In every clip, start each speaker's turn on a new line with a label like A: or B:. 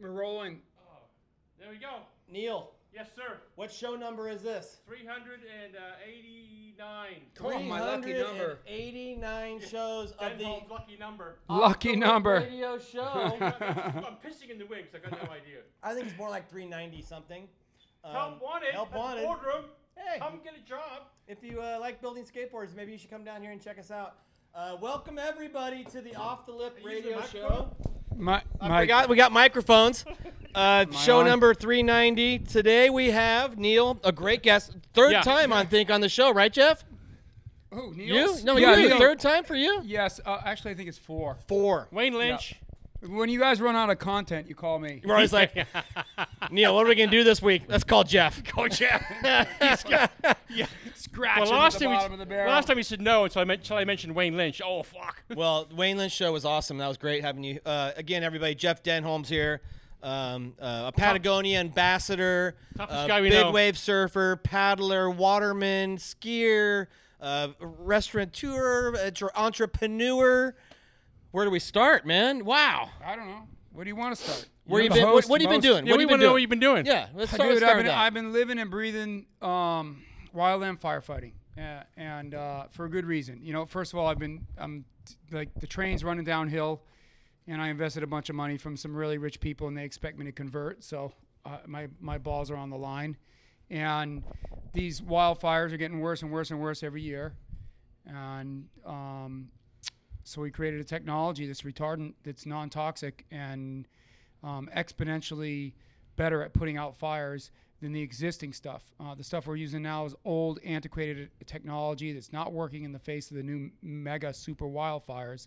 A: We're rolling.
B: Oh, there we go.
C: Neil,
B: Yes, sir.
C: what show number is this?
B: 389.
A: Come on, my lucky number.
C: 389 shows of
B: Ten Holmes'
C: the
B: lucky number.
A: Lucky
C: October
A: number.
C: radio show.
B: I'm pissing in the wigs. I got no idea.
C: I think it's more like 390 something. Um,
B: help wanted.
C: Help
B: at the
C: wanted.
B: Boardroom.
C: Hey.
B: Come get a job.
C: If you uh, like building skateboards, maybe you should come down here and check us out. Uh, welcome everybody to the Off the Lip
B: Are you using
C: radio
B: the
C: show.
A: My,
C: We got we got microphones. Uh, show
A: on?
C: number 390. Today we have Neil, a great guest, third
B: Yeah.
C: time I think on the show, right, Jeff?
A: Who,
C: You?
A: Niels?
C: No,
A: Yeah,
C: you
A: Neil.
C: third time for you?
A: Yes, uh, actually, I think it's four.
C: Four.
B: Wayne Lynch.
A: When you guys run out of content, you call me.
C: We're always like, Neil, what are we gonna do this week? Let's call Jeff. Call Jeff.
B: Yeah.
A: Scratching
B: oh, Well,
A: at
B: last
A: the
B: time,
A: bottom
B: we,
A: of the barrel.
B: last time he said no, and so I, meant, so I mentioned Wayne Lynch. Oh, fuck.
C: well, Wayne Lynch show was awesome. That was great having you uh, again, everybody. Jeff Denholm's here, um, uh, a Patagonia ambassador,
B: Toughest
C: uh,
B: guy we
C: big
B: know.
C: wave surfer, paddler, waterman, skier, uh, restaurateur, uh, dr- entrepreneur. Where do we start, man? Wow.
A: I don't know. What do you want to start?
C: Where
A: You're
C: you
A: the
C: been? What,
A: host,
C: what have you been
A: most-
C: doing?
B: Yeah,
C: what
B: we
C: have you
B: want
C: been
B: to know what
C: doing?
B: you've been doing.
C: Yeah, let's start.
A: Dude,
C: let's start
A: I've, been,
C: with that.
A: I've been living and breathing um, wildland firefighting, uh, and uh, for a good reason. You know, first of all, I've been I'm t- like the train's running downhill, and I invested a bunch of money from some really rich people, and they expect me to convert. So uh, my my balls are on the line, and these wildfires are getting worse and worse and worse every year, and um, so we created a technology that's retardant, that's non-toxic, and um, exponentially better at putting out fires than the existing stuff. Uh, the stuff we're using now is old, antiquated technology that's not working in the face of the new mega super wildfires.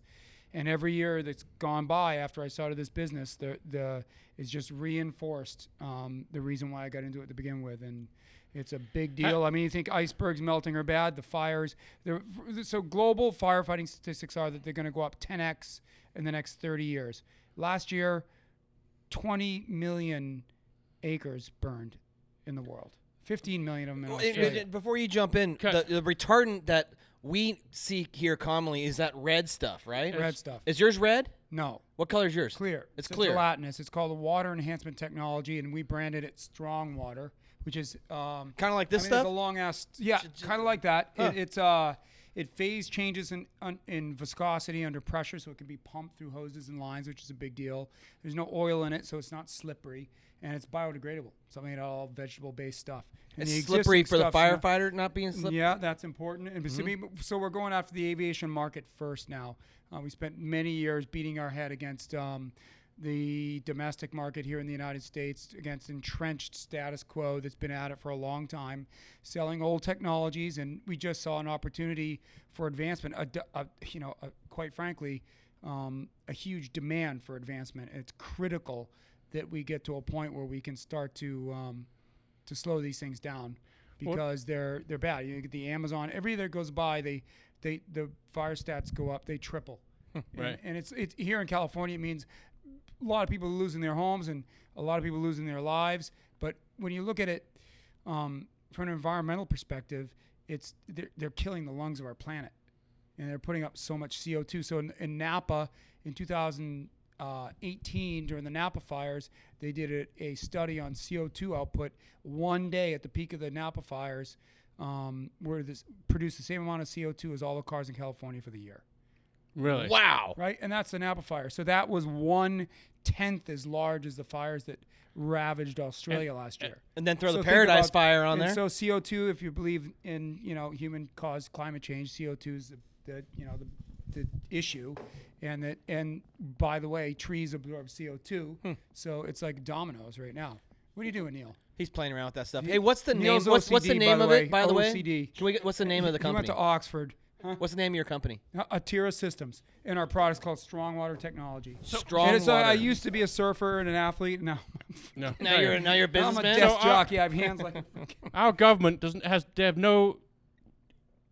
A: And every year that's gone by after I started this business, the the it's just reinforced um, the reason why I got into it to begin with, and it's a big deal. I mean, you think icebergs melting are bad? The fires, they're- so global firefighting statistics are that they're going to go up 10x in the next 30 years. Last year, 20 million acres burned in the world. 15 million of them in
C: Well, it-
A: Australia.
C: it- before you jump in, the,
B: Okay.
C: the retardant that we see here commonly is that red stuff, right?
A: Red stuff.
C: Is yours red?
A: no,
C: What color is yours?
A: clear.
C: It's clear.
A: gelatinous. It's called the water enhancement technology, and we branded it strong water, which is um,
C: Kind of like
A: I
C: this
A: mean,
C: stuff.
A: It's a long ass. Yeah, kind of like that. It, it's uh, it phase changes in un, in viscosity under pressure, so it can be pumped through hoses and lines, which is a big deal. There's no oil in it, so it's not slippery, and it's biodegradable. So I mean, all vegetable based stuff. And the
C: it's
A: existing
C: slippery for the
A: stuff's not-
C: firefighter not being slippery.
A: yeah, that's important. And so, we- so we're going after the aviation market first now. Uh, we spent many years beating our head against um, the domestic market here in the United States, against entrenched status quo that's been at it for a long time, selling old technologies. And we just saw an opportunity for advancement. A, d- a- you know, a, quite frankly, um, a huge demand for advancement. It's critical that we get to a point where we can start to um, to slow these things down because they're they're bad. You get the Amazon every year that goes by, they they the fire stats go up, they triple.
B: Right.
A: And, and it's it's here in California it means a lot of people losing their homes and a lot of people losing their lives. But when you look at it um, from an environmental perspective, it's they're, they're killing the lungs of our planet and they're putting up so much CO2. So in, in Napa in 2018, during the Napa fires, they did a, a study on CO2 output one day at the peak of the Napa fires, um, where this produced the same amount of CO2 as all the cars in California for the year.
B: Really?
C: Wow.
A: Right, and that's the Napa fire. So that was one tenth as large as the fires that ravaged Australia last year.
C: And then throw
A: So
C: the
A: think
C: paradise
A: about-
C: fire on
A: and So
C: there.
A: CO two, if you believe in you know human caused climate change, CO two is the, the you know the, the issue, and that and by the way, trees absorb CO two,
C: Hmm.
A: so it's like dominoes right now. What are you doing, Neil?
C: He's playing around with that stuff. Hey, what's the
A: Neil's
C: name? What's, what's the
A: OCD,
C: name
A: by
C: of
A: the
C: it?
A: way.
C: By the way,
A: OCD.
C: Can we get, what's the name of the
A: He went
C: company?
A: to Oxford.
C: what's the name of your company?
A: Uh, Atira Systems, and our product's called Strong Water Technology.
C: Strong
A: and it's, uh,
C: water.
A: I used to be a surfer and an athlete. Now,
B: No.
C: now you're now you're a
A: now I'm a
C: businessman.
A: desk
B: So, uh,
A: jockey. I have hands like. a-
B: Our government doesn't has they have no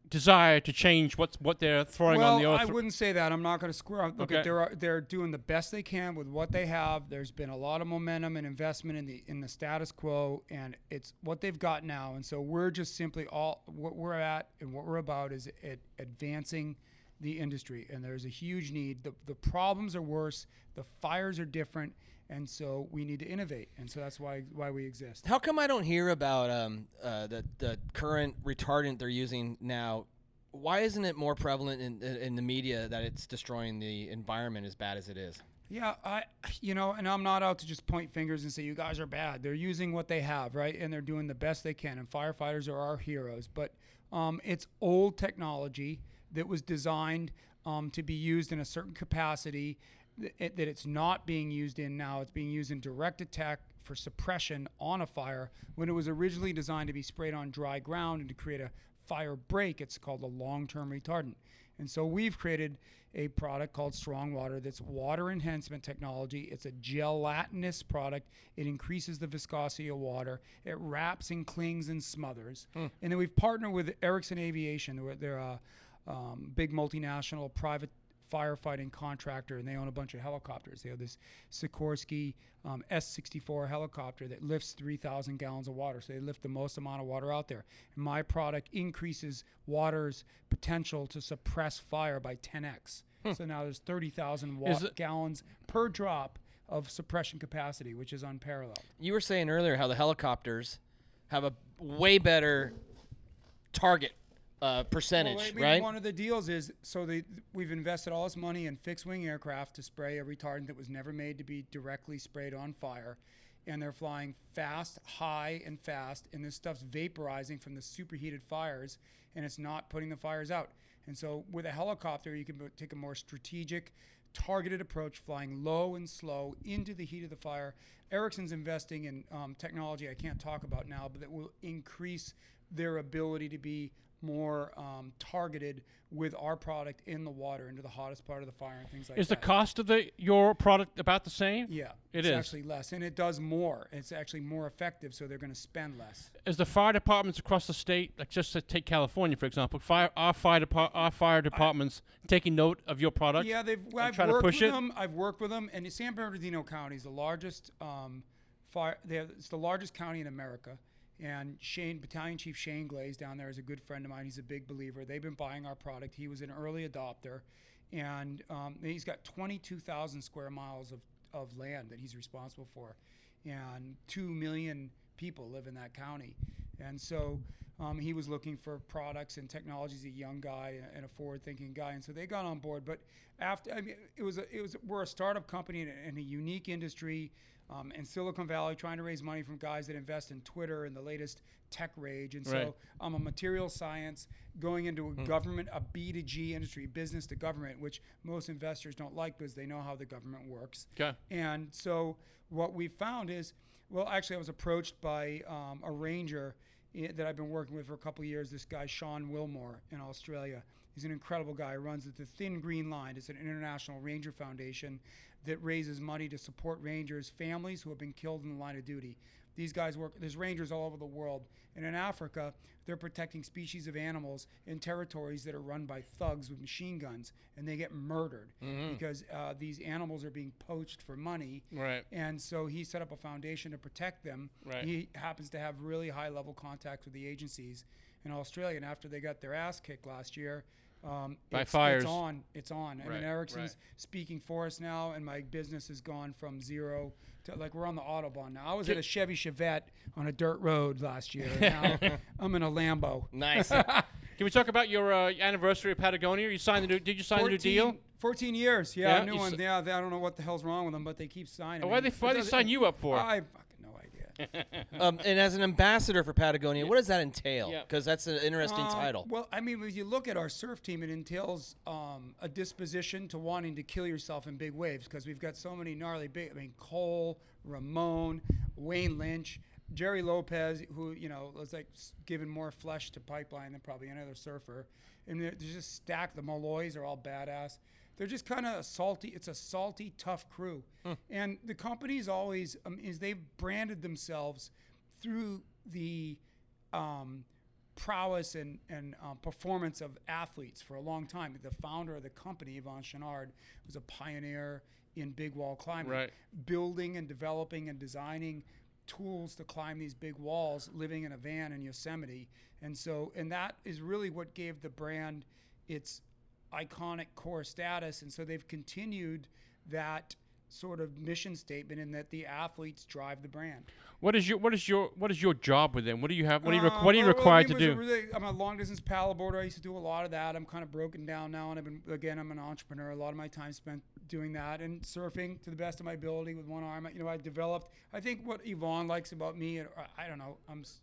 B: desire to change what's what they're throwing
A: well,
B: on the earth.
A: I wouldn't say that. I'm not going to square up. Look,
B: Okay.
A: at they're uh, they're doing the best they can with what they have. There's been a lot of momentum and investment in the in the status quo, and it's what they've got now. And so we're just simply all what we're at and what we're about is at advancing the industry, and there's a huge need. The, the problems are worse, the fires are different, and so we need to innovate, and so that's why why we exist.
C: How come I don't hear about um, uh, the the current retardant they're using now? Why isn't it more prevalent in, in in the media that it's destroying the environment as bad as it is?
A: Yeah, I you know, and I'm not out to just point fingers and say you guys are bad. They're using what they have, right? And they're doing the best they can. And firefighters are our heroes, but um, it's old technology that was designed um, to be used in a certain capacity th- it- that it's not being used in now. It's being used in direct attack for suppression on a fire when it was originally designed to be sprayed on dry ground and to create a fire break. It's called a long term retardant. And so we've created a product called Strong Water that's water enhancement technology. It's a gelatinous product. It increases the viscosity of water. It wraps and clings and smothers. And then we've partnered with Ericsson Aviation. They're, they're a um, big multinational private firefighting contractor, and they own a bunch of helicopters. They have this Sikorsky um, S-64 helicopter that lifts 3,000 gallons of water, so they lift the most amount of water out there. And my product increases water's potential to suppress fire by 10x. So now there's 30,000 wa-
B: Hmm. Is it-
A: gallons per drop of suppression capacity, which is unparalleled.
C: You were saying earlier how the helicopters have a way better target uh, percentage,
A: Well, I mean,
C: right?
A: One of the deals is so they we've invested all this money in fixed wing aircraft to spray a retardant that was never made to be directly sprayed on fire, and they're flying fast, high, and fast, and this stuff's vaporizing from the superheated fires, and it's not putting the fires out. And so with a helicopter, you can take a more strategic, targeted approach, flying low and slow into the heat of the fire. Ericsson's investing in um, technology I can't talk about now, but that will increase their ability to be more um, targeted with our product in the water into the hottest part of the fire and things like
B: Is the
A: that.
B: cost of the your product about the same?
A: yeah,
B: It
A: it's
B: is.
A: actually less, and it does more. It's actually more effective, so they're going to spend less.
B: Is the fire departments across the state, like just to take California for example, fire our fire depart our fire departments taking note of your product?
A: Yeah, they've. well, I've
B: trying to
A: worked
B: push
A: with
B: it?
A: them. I've worked with them, and San Bernardino County is the largest um, fire. They have, it's the largest county in America. And Shane, Battalion Chief Shane Glaze down there is a good friend of mine. He's a big believer. They've been buying our product. He was an early adopter, and um, he's got 22,000 square miles of, of land that he's responsible for, and two million people live in that county. And so um, he was looking for products and technology. He's a young guy and a forward-thinking guy, and so they got on board. But after, I mean, it was a, it was we're a startup company in a, in a unique industry, um, in Silicon Valley, trying to raise money from guys that invest in Twitter and the latest tech rage. And so
B: Right.
A: I'm a material science going into a government, a B to G industry, business to government, which most investors don't like because they know how the government works.
B: Okay.
A: And so what we found is, well, actually, I was approached by um, a ranger i- that I've been working with for a couple of years. This guy, Sean Wilmore, in Australia. He's an incredible guy. He runs the Thin Green Line. It's an international ranger foundation that raises money to support rangers' families who have been killed in the line of duty. These guys work. There's rangers all over the world, and in Africa, they're protecting species of animals in territories that are run by thugs with machine guns, and they get murdered because uh, these animals are being poached for money.
B: Right.
A: And so he set up a foundation to protect them.
B: Right.
A: He happens to have really high level contacts with the agencies in Australia. And after they got their ass kicked last year, um,
B: By
A: it's,
B: fires.
A: it's on. It's on. I
B: Right,
A: mean, Ericsson's
B: right.
A: speaking for us now, and my business has gone from zero to like we're on the autobahn now. I was at a Chevy Chevette on a dirt road last year. And now I'm in a Lambo.
C: nice.
B: Can we talk about your uh, anniversary of Patagonia? You signed the new, did you sign the new deal?
A: 14 years. Yeah,
B: Yeah,
A: new
B: you
A: one.
B: s-
A: yeah, they, I don't know what the hell's wrong with them, but they keep signing.
B: Why they
A: It
B: why they
A: doesn't- Uh,
B: sign you up for?
A: I fucking no idea.
C: um, and as an ambassador for Patagonia, what does that entail?
B: Yeah.
C: Because that's an interesting
A: Um,
C: title.
A: Well, I mean, if you look at our surf team, it entails um, a disposition to wanting to kill yourself in big waves because we've got so many gnarly big. I mean, Cole, Ramon, Wayne Lynch, Jerry Lopez, who you know was like s- giving more flesh to Pipeline than probably any other surfer, and they're, they're just stacked. The Molloys are all badass. They're just kind of salty. It's a salty, tough crew,
C: Hmm.
A: and the company's always um, is they've branded themselves through the um, prowess and, and um, performance of athletes for a long time. The founder of the company, Yvon Chouinard, was a pioneer in big wall climbing,
B: Right.
A: building and developing and designing tools to climb these big walls, living in a van in Yosemite. And so, and that is really what gave the brand its iconic core status. And so they've continued that sort of mission statement in that the athletes drive the brand.
B: What is your what is your what is your job with them? What do you have? What are you, requ-
A: Um,
B: what are you
A: well,
B: required
A: I
B: to
A: mean, it was a
B: do?
A: really- I'm a long distance paddleboarder. I used to do a lot of that. I'm kind of broken down now, and I've been again. I'm an entrepreneur. A lot of my time spent doing that and surfing to the best of my ability with one arm. You know, I developed. I think what Yvonne likes about me, and I- I don't know. I'm s-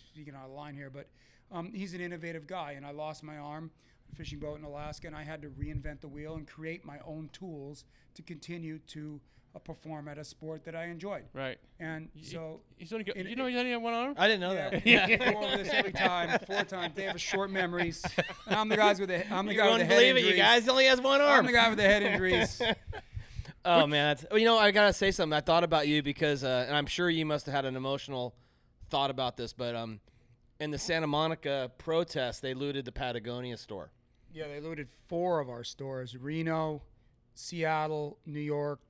A: speaking out of line here, but um, he's an innovative guy, and I lost my arm. on a Fishing boat in Alaska, and I had to reinvent the wheel and create my own tools to continue to uh, perform at a sport that I enjoyed.
B: Right.
A: And
B: You-
A: so
B: He's only got,
A: it-
B: you know he's only got one arm.
C: I didn't know that.
A: yeah, we go over this every time, four times. They have short memories. And I'm the guys with the I'm the
C: You
A: guy with the
C: wouldn't
A: head
C: believe it,
A: injuries.
C: you guys. He only has one
A: I'm
C: arm.
A: the guy with the head injuries.
C: Oh man, that's, well, you know I gotta say something. I thought about you because, uh, and I'm sure you must have had an emotional thought about this, but um, in the Santa Monica protest, they looted the Patagonia store.
A: yeah, they looted four of our stores: Reno, Seattle, New York,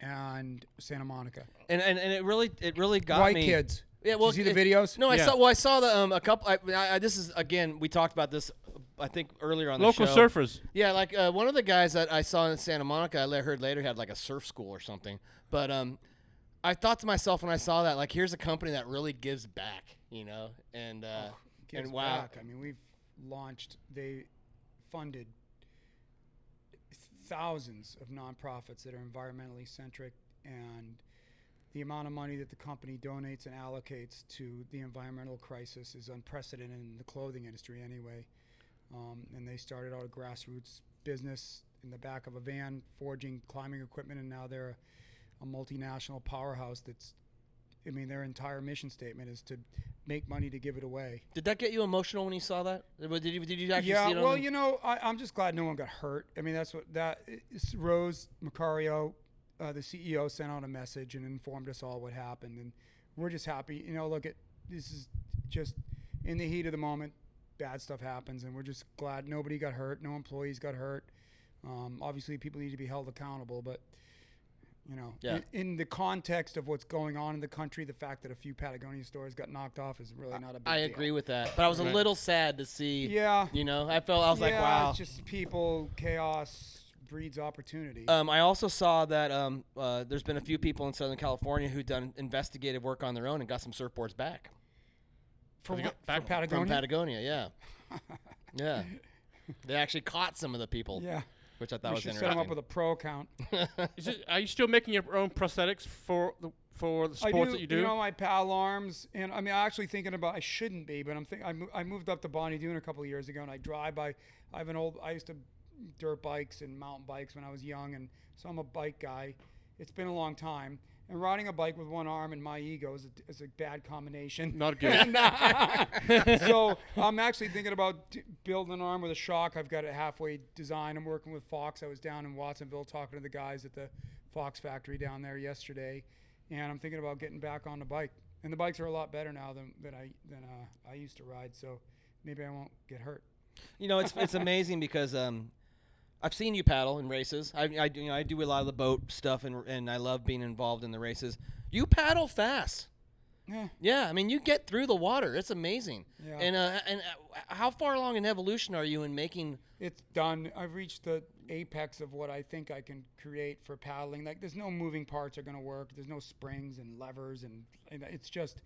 A: and Santa Monica.
C: And, and, and it really it really got
A: White
C: me.
A: kids.
C: Yeah,
A: Did
C: well,
A: you see the
C: it-
A: videos.
C: No, I
B: Yeah.
C: saw. Well, I saw the um a couple. I, I, I- this is again we talked about this. I think earlier on
B: Local
C: the show.
B: surfers.
C: Yeah, like uh, one of the guys that I saw in Santa Monica, I la- heard later had like a surf school or something. But um, I thought to myself when I saw that, like, here's a company that really gives back, you know, and
A: Oh,
C: uh,
A: Gives
C: and wow,
A: back. I mean, we've launched. They funded thousands of nonprofits that are environmentally centric, and the amount of money that the company donates and allocates to the environmental crisis is unprecedented in the clothing industry, anyway. Um, and they started out a grassroots business in the back of a van forging climbing equipment, and now they're a, a multinational powerhouse that's. I mean, their entire mission statement is to make money to give it away.
C: did that get you emotional when you saw that? Did you did you actually
A: Yeah,
C: see it? on
A: well,
C: the-
A: you know, I, I'm just glad no one got hurt. I mean, that's what that it's Rose Macario, uh, the CEO, sent out a message and informed us all what happened, and we're just happy. You know, look at this is just in the heat of the moment, bad stuff happens, and we're just glad nobody got hurt, no employees got hurt. Um, obviously, people need to be held accountable, but you know,
C: Yeah.
A: in, in the context of what's going on in the country, the fact that a few Patagonia stores got knocked off is really not a big
C: I
A: deal.
C: agree with that, but I was a little sad to see.
A: Yeah.
C: you know, I felt I was like, wow.
A: It's just people, chaos breeds opportunity.
C: Um, I also saw that um, uh, there's been a few people in Southern California who've done investigative work on their own and got some surfboards back
A: for,
B: Patago-
A: what, for
B: Pat-
A: Patagonia?
C: from Patagonia. Yeah, yeah. They actually caught some of the people.
A: yeah.
C: which I thought
A: we
C: was
A: should
C: interesting.
A: set them up with a pro account.
B: Is it, are you still making your own prosthetics for the for the
A: I
B: sports
A: do,
B: that you do?
A: know, my pal arms, and I mean, I'm actually thinking about. I shouldn't be, but I'm think I, mo- I moved up to Bonnie Doon a couple of years ago, and I drive by. I have an old. I used to dirt bikes and mountain bikes when I was young, and so I'm a bike guy. It's been a long time, and riding a bike with one arm and my ego is a, is a bad combination.
B: Not good.
A: so I'm actually thinking about d- building an arm with a shock. I've got it halfway designed. I'm working with Fox. I was down in Watsonville talking to the guys at the Fox factory down there yesterday, and I'm thinking about getting back on the bike. And the bikes are a lot better now than, than I than uh, I used to ride. So maybe I won't get hurt.
C: You know, it's it's amazing because um, I've seen you paddle in races. I I do, you know, I do a lot of the boat stuff and and I love being involved in the races. You paddle fast.
A: Yeah.
C: Yeah, I mean you get through the water. It's amazing.
A: Yeah.
C: And uh, and uh, how far along in evolution are you in making?
A: it's done. I've reached the apex of what I think I can create for paddling. Like, there's no moving parts are going to work. There's no springs and levers, and, and it's just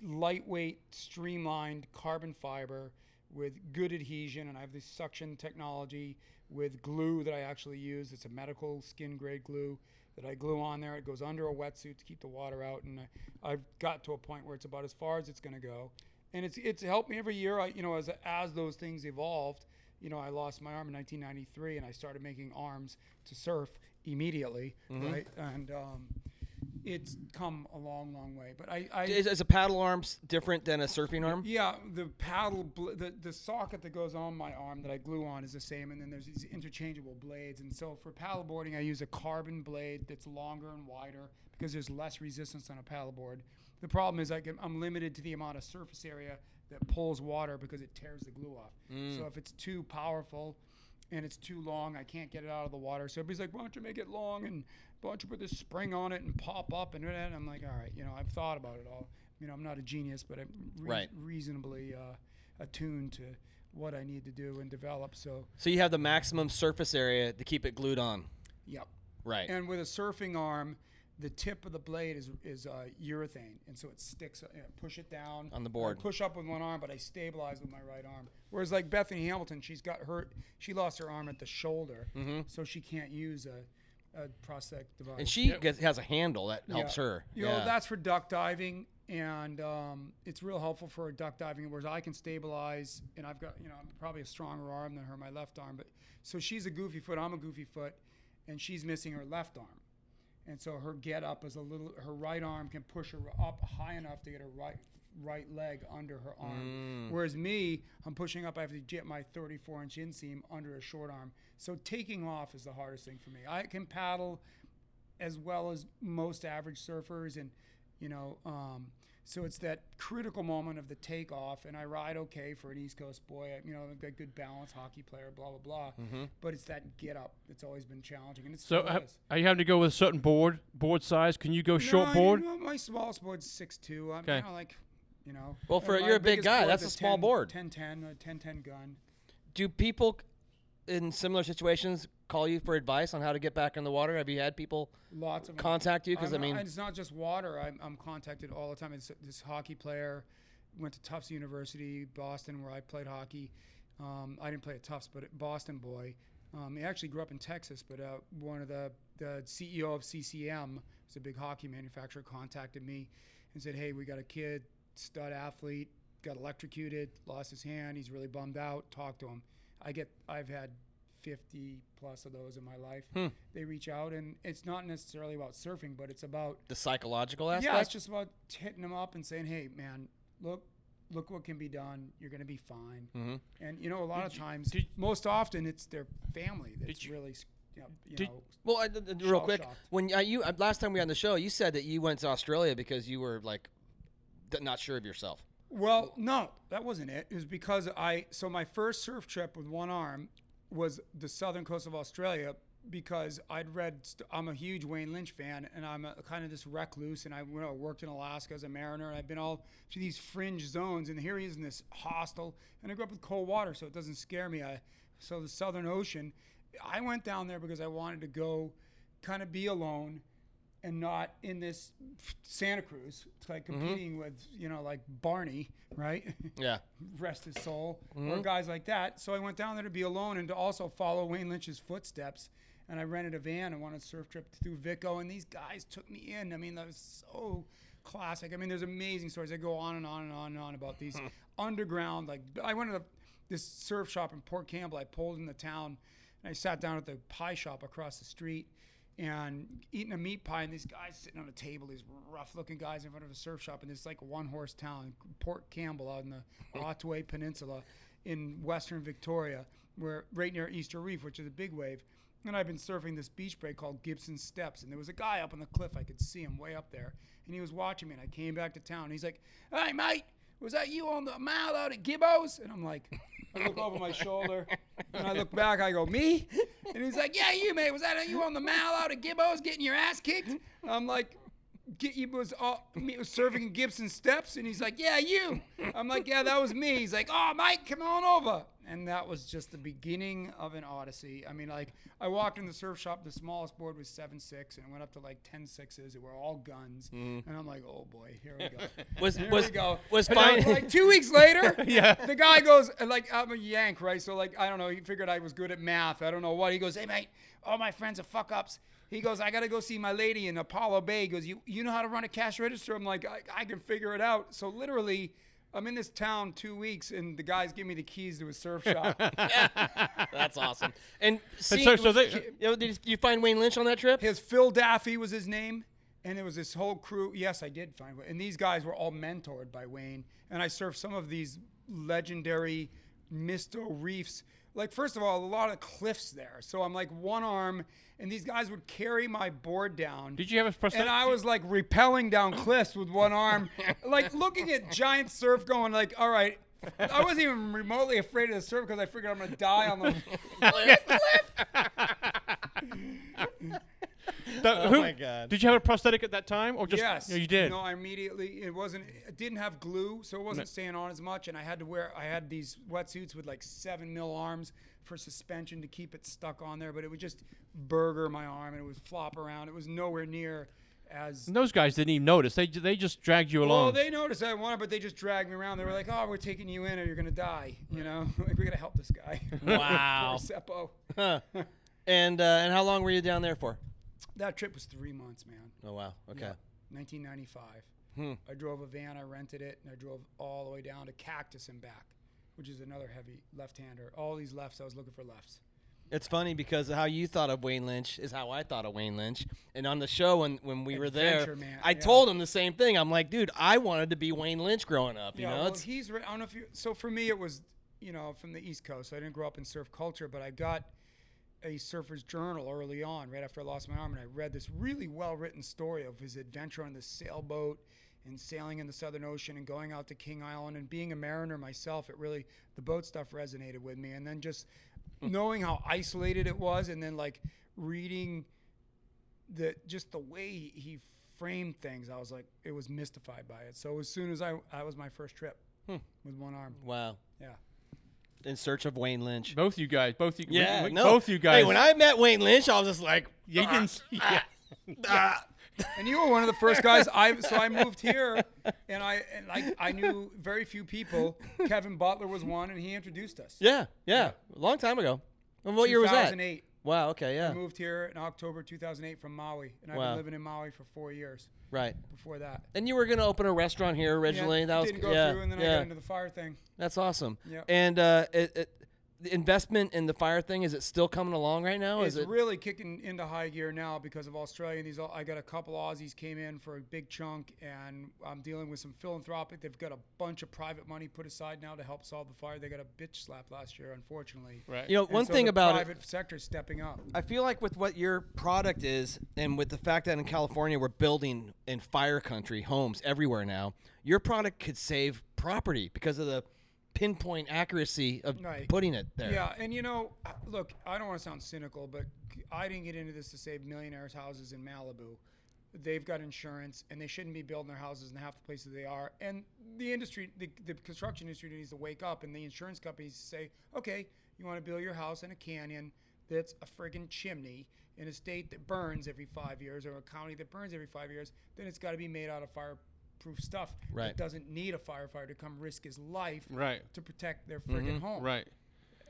A: lightweight, streamlined carbon fiber with good adhesion. And I have this suction technology with glue that I actually use. It's a medical skin grade glue that I glue on there. It goes under a wetsuit to keep the water out. And I, I've got to a point where it's about as far as it's going to go. And it's it's helped me every year. I you know as as those things evolved you know, I lost my arm in 1993 and I started making arms to surf immediately, right? And um, it's come a long, long way. But I, I
C: Is, is a paddle arm s- different than a surfing arm?
A: yeah, the paddle, bl- the, the socket that goes on my arm that I glue on is the same, and then there's these interchangeable blades. And so for paddleboarding, I use a carbon blade that's longer and wider because there's less resistance on a paddleboard. The problem is I can, I'm limited to the amount of surface area that pulls water because it tears the glue off. So if it's too powerful and it's too long, I can't get it out of the water. So everybody's like, why don't you make it long and why don't you put this spring on it and pop up and, and I'm like, all right, you know, I've thought about it all. You know, I'm not a genius, but I'm re-
C: Right.
A: reasonably uh, attuned to what I need to do and develop. So,
C: So you have the maximum surface area to keep it glued on.
A: yep.
C: Right.
A: And with a surfing arm, the tip of the blade is is uh, urethane, and so it sticks. You know, push it down
C: On the board.
A: I push up with one arm, but I stabilize with my right arm. Whereas like Bethany Hamilton, she's got hurt. She lost her arm at the shoulder,
C: Mm-hmm.
A: so she can't use a, a prosthetic device.
C: and she gets, has a handle that helps
A: Yeah.
C: her.
A: You know, that's for duck diving, and um, it's real helpful for duck diving, whereas I can stabilize, and I've got, you know, I'm probably a stronger arm than her, my left arm. But so she's a goofy foot, I'm a goofy foot, and she's missing her left arm. And so her get up is a little, her right arm can push her up high enough to get her right right leg under her arm.
C: Mm.
A: Whereas me, I'm pushing up, I have to get my 34 inch inseam under a short arm. So taking off is the hardest thing for me. I can paddle as well as most average surfers and you know um, so it's that critical moment of the takeoff and i ride okay for an east coast boy I, you know i've got good balance hockey player blah blah blah but it's that get up that's always been challenging and it's
B: Mm-hmm. So
A: still
B: uh,
A: is.
B: are you having to go with a certain board board size? Can you go short
A: No,
B: board?
A: you know, my smallest board's 6'2 i'm
B: Okay.
A: kind of like you know uh,
C: Well, for-
A: my
C: you're a big
A: biggest
C: guy,
A: board's
C: that's a small board.
A: 10 10 a 10 10 gun
C: Do people in similar situations call you for advice on how to get back in the water? Have you had people
A: lots of
C: contact you? Because I
A: I'm-
C: mean,
A: and it's not just water. I'm, I'm contacted all the time. It's this hockey player went to Tufts University, Boston, where I played hockey. Um, I didn't play at Tufts, but at Boston boy. Um, he actually grew up in Texas, but uh, one of the, the CEO of CCM, who's a big hockey manufacturer, contacted me and said, "Hey, we got a kid, stud athlete, got electrocuted, lost his hand. He's really bummed out. Talk to him." I get, I've had 50 plus of those in my life.
B: Hmm.
A: They reach out, and it's not necessarily about surfing, but it's about
C: the psychological aspect.
A: yeah, it's just about hitting them up and saying, "Hey, man, look, look what can be done. You're gonna be fine." And you know, a lot of times,
B: Mm-hmm. did-
A: most often, it's their family that's
B: you-
A: really, s- you know, you
B: did-
A: know
C: Well, I, th- th- real
A: Shell
C: quick,
A: shocked.
C: when uh, you uh, last time we were on the show, you said that you went to Australia because you were like d- not sure of yourself.
A: Well, no, that wasn't it. It was because I so my first surf trip with one arm was the southern coast of Australia because I'd read st- I'm a huge Wayne Lynch fan and I'm a, kind of this recluse and I you know, worked in Alaska as a mariner and I've been all to these fringe zones and here he is in this hostel and I grew up with cold water so it doesn't scare me. I so the Southern Ocean, I went down there because I wanted to go kind of be alone and not in this Santa Cruz. It's like competing with, you know, like Barney, right?
C: Yeah.
A: Rest his soul, or guys like that. So I went down there to be alone and to also follow Wayne Lynch's footsteps. And I rented a van and went on a surf trip through Vico. And these guys took me in. I mean, that was so classic. I mean, there's amazing stories. I go on and on and on and on about these underground. Like, I went to the, this surf shop in Port Campbell. I pulled in the town and I sat down at the pie shop across the street and eating a meat pie, and these guys sitting on a table, these rough-looking guys in front of a surf shop in this like one-horse town, Port Campbell, out in the Otway Peninsula, in western Victoria, where right near Easter Reef, which is a big wave. And I've been surfing this beach break called Gibson Steps, and there was a guy up on the cliff. I could see him way up there, and he was watching me. And I came back to town. And he's like, "Hey, mate." Was that you on the mile out at Gibbo's? And I'm like, I look over my shoulder and I look back. I go, me? And he's like, yeah, you, mate. Was that you on the mile out at Gibbo's getting your ass kicked? I'm like, Get, he was all, me was serving in Gibson Steps, and he's like, "Yeah, you." I'm like, "Yeah, that was me." He's like, "Oh, Mike, come on over." And that was just the beginning of an odyssey. I mean, like, I walked in the surf shop. The smallest board was seven six, and it went up to like ten sixes. It were all guns, and I'm like, "Oh boy, here we go."
C: Was
A: Here
C: was
A: we go.
C: was
A: And then,
C: fine.
A: like two weeks later,
B: Yeah.
A: the guy goes and, like I'm a yank, right? So like I don't know. He figured I was good at math. I don't know what. He goes, hey mate, all my friends are fuck ups. He goes, I gotta go see my lady in Apollo Bay. He goes, you you know how to run a cash register? I'm like, I, I can figure it out. So literally. I'm in this town two weeks, and the guys give me the keys to a surf shop.
C: That's awesome. And see,
B: so- so they-
C: you, know, did you find Wayne Lynch on that trip?
A: his Phil Daffy was his name, and it was this whole crew. Yes, I did find Wayne, and these guys were all mentored by Wayne. And I surfed some of these legendary Misto reefs. Like first of all, a lot of cliffs there, so I'm like one arm, and these guys would carry my board down.
B: Did you have a prosthetic?
A: And I was like repelling down cliffs with one arm, like looking at giant surf, going like, "All right." I wasn't even remotely afraid of the surf because I figured I'm gonna die on the
B: That-
C: Oh
B: who-
C: my God.
B: Did you have a prosthetic at that time, or just
A: yes,
B: you did?
A: No, I immediately it wasn't. It didn't have glue, so it wasn't staying on as much. And I had to wear. I had these wetsuits with like seven mil arms for suspension to keep it stuck on there, but it would just burger my arm and it would flop around. It was nowhere near as.
B: And those guys didn't even notice. They they just dragged you along.
A: Well, they noticed I wanted, but they just dragged me around. They were like, "Oh, we're taking you in, or you're gonna die." You know, like we gotta help this guy.
C: Wow.
A: Poor Seppo.
C: Huh. and uh, and how long were you down there for?
A: That trip was three months, man.
C: Oh wow. Okay.
A: Yeah, 1995. I drove a van, I rented it, and I drove all the way down to Cactus and back, which is another heavy left-hander. All these lefts, I was looking for lefts.
C: It's funny because how you thought of Wayne Lynch is how I thought of Wayne Lynch. And on the show when, when we were there,
A: Adventure man,
C: I
A: yeah.
C: told him the same thing. I'm like, dude, I wanted to be Wayne Lynch growing up. You
A: yeah,
C: know,
A: well,
C: it's
A: he's. Re- I don't know if you. So for me, it was you know from the East Coast. I didn't grow up in surf culture, but I got a surfer's journal early on, right after I lost my arm, and I read this really well-written story of his adventure on the sailboat and sailing in the Southern Ocean and going out to King Island and being a mariner myself. It really the boat stuff resonated with me, and then just knowing how isolated it was, and then like reading the just the way he he framed things, I was like, it was mystified by it. So as soon as I, that was my first trip
C: Hmm.
A: with one arm.
C: wow.
A: Yeah,
C: In search of Wayne Lynch.
B: both you guys, both you,
C: Yeah,
B: we- we-
C: no.
B: both you guys.
C: Hey, when I Ah. met Wayne Lynch, I was just like,
B: you didn't. see- yeah.
A: and you were one of the first guys. I so I moved here, and I and like I knew very few people. Kevin Butler was one, and he introduced us.
C: yeah, yeah, a long time ago. And what year was that?
A: 2008.
C: Wow. Okay. Yeah.
A: I moved here in October 2008 from Maui, and I've
C: Wow.
A: been living in Maui for four years
C: Right.
A: before that.
C: And you were gonna open a restaurant here originally.
A: Yeah,
C: that was
A: didn't go
C: yeah,
A: through, and then
C: yeah.
A: I got into the fire thing.
C: That's awesome.
A: Yeah.
C: And uh, it, it, the investment in the fire thing is it still coming along right now?
A: it's
C: is it
A: really kicking into high gear now because of Australia. and These all- I got a couple Aussies came in for a big chunk, and I'm dealing with some philanthropic. They've got a bunch of private money put aside now to help solve the fire. They got a bitch slap last year, unfortunately.
B: Right.
C: you know
A: And
C: one
A: so
C: thing
A: the
C: about it?
A: private sector stepping up.
C: I feel like with what your product is, and with the fact that in California we're building in fire country homes everywhere now, your product could save property because of the pinpoint accuracy of
A: Right.
C: putting it there.
A: Yeah, and you know, uh, look, I don't want to sound cynical, but c- I didn't get into this to save millionaires' houses in Malibu. They've got insurance, and they shouldn't be building their houses in half the places they are. And the industry, the, the construction industry, needs to wake up, and the insurance companies say, okay, you want to build your house in a canyon that's a friggin' chimney in a state that burns every five years or a county that burns every five years, then it's got to be made out of fireproof stuff
C: Right.
A: that doesn't need a firefighter to come risk his life
B: Right.
A: to protect their friggin' home.
B: Right.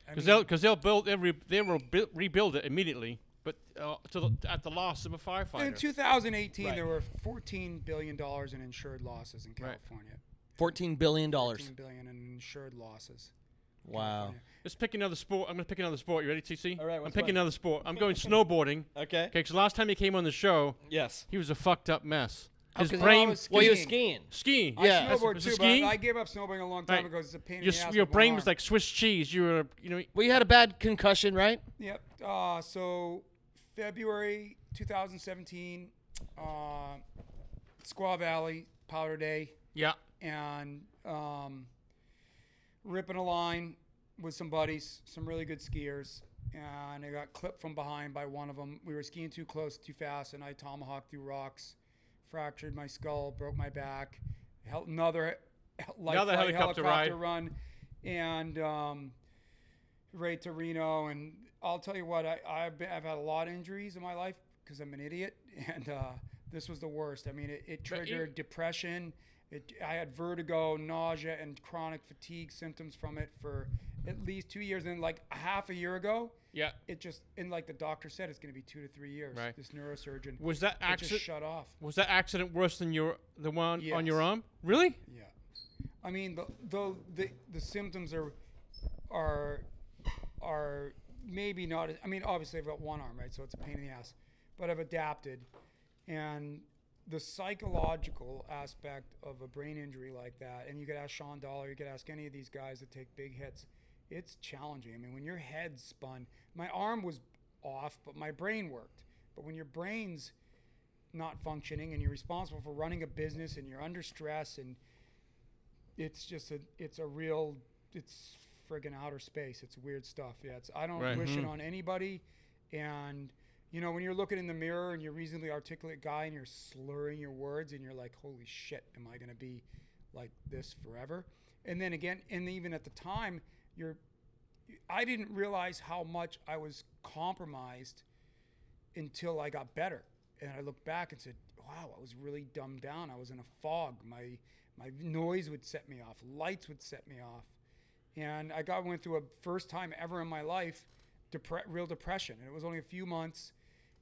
A: I
B: Because
A: mean-
B: they'll because they'll build they re, they will bu- rebuild it immediately, but uh, to the, at the loss of a firefighter.
A: In 2018,
B: Right.
A: there were 14 billion dollars in insured losses in California.
C: Fourteen billion dollars.
A: 14 billion in insured losses.
C: Wow.
B: Let's pick another sport. I'm gonna pick another sport. You ready, TC?
C: All right,
B: I'm
C: what's
B: picking
C: mine?
B: another sport. I'm going snowboarding.
C: Okay.
B: Okay. Because last time he came on the show,
C: Yes.
B: he was a fucked up mess. His
A: Oh, 'cause I
B: brain
A: was
C: Well, you're skiing.
A: Skiing.
B: skiing.
C: Yeah.
A: I
B: That's-
A: snowboard
B: was
A: too,
B: it skiing?
A: but I gave up snowboarding a long time
B: Right.
A: ago. 'cause It's a pain
B: your
A: in the
B: s-
A: ass.
B: your
A: with one
B: brain was
A: arm.
B: like Swiss cheese. You were you know
C: Well, you had a bad concussion, right?
A: Yep. Uh, so February 2017, uh, Squaw Valley Powder Day.
B: yeah.
A: and um, ripping a line with some buddies, some really good skiers, and I got clipped from behind by one of them. We were skiing too close, too fast, and I tomahawked through rocks, fractured my skull, broke my back, hel- another life
B: Another
A: flight
B: helicopter
A: helicopter
B: ride.
A: run, and um, right to Reno. And I'll tell you what, I, I've, been, I've had a lot of injuries in my life because I'm an idiot, and uh, this was the worst. I mean, it, it
B: But you-
A: triggered depression. It, I had vertigo, nausea, and chronic fatigue symptoms from it for at least two years. And like a half a year ago,
B: Yeah.
A: it just and like the doctor said, it's going to be two to three years.
B: Right.
A: This neurosurgeon
B: Was that
A: it just
B: accident?
A: shut off.
B: Was that accident worse than your the one on your
A: Yes.
B: arm? Really?
A: Yeah, I mean the the the, the symptoms are are are maybe not. I mean, obviously I've got one arm, right? So it's a pain in the ass, but I've adapted, and the psychological aspect of a brain injury like that, and you could ask Sean Dollar, you could ask any of these guys that take big hits, it's challenging. I mean, when your head's spun, my arm was off, but my brain worked. But when your brain's not functioning and you're responsible for running a business and you're under stress and it's just a it's a real it's friggin' outer space it's weird stuff yeah it's i don't
B: Right.
A: wish it on anybody and you know, when you're looking in the mirror and you're a reasonably articulate guy and you're slurring your words and you're like, holy shit, am I going to be like this forever? And then again, and even at the time, you're, I didn't realize how much I was compromised until I got better. And I looked back and said, wow, I was really dumbed down. I was in a fog. My, my noise would set me off. Lights would set me off. And I got, went through a first time ever in my life, depre- real depression. And it was only a few months.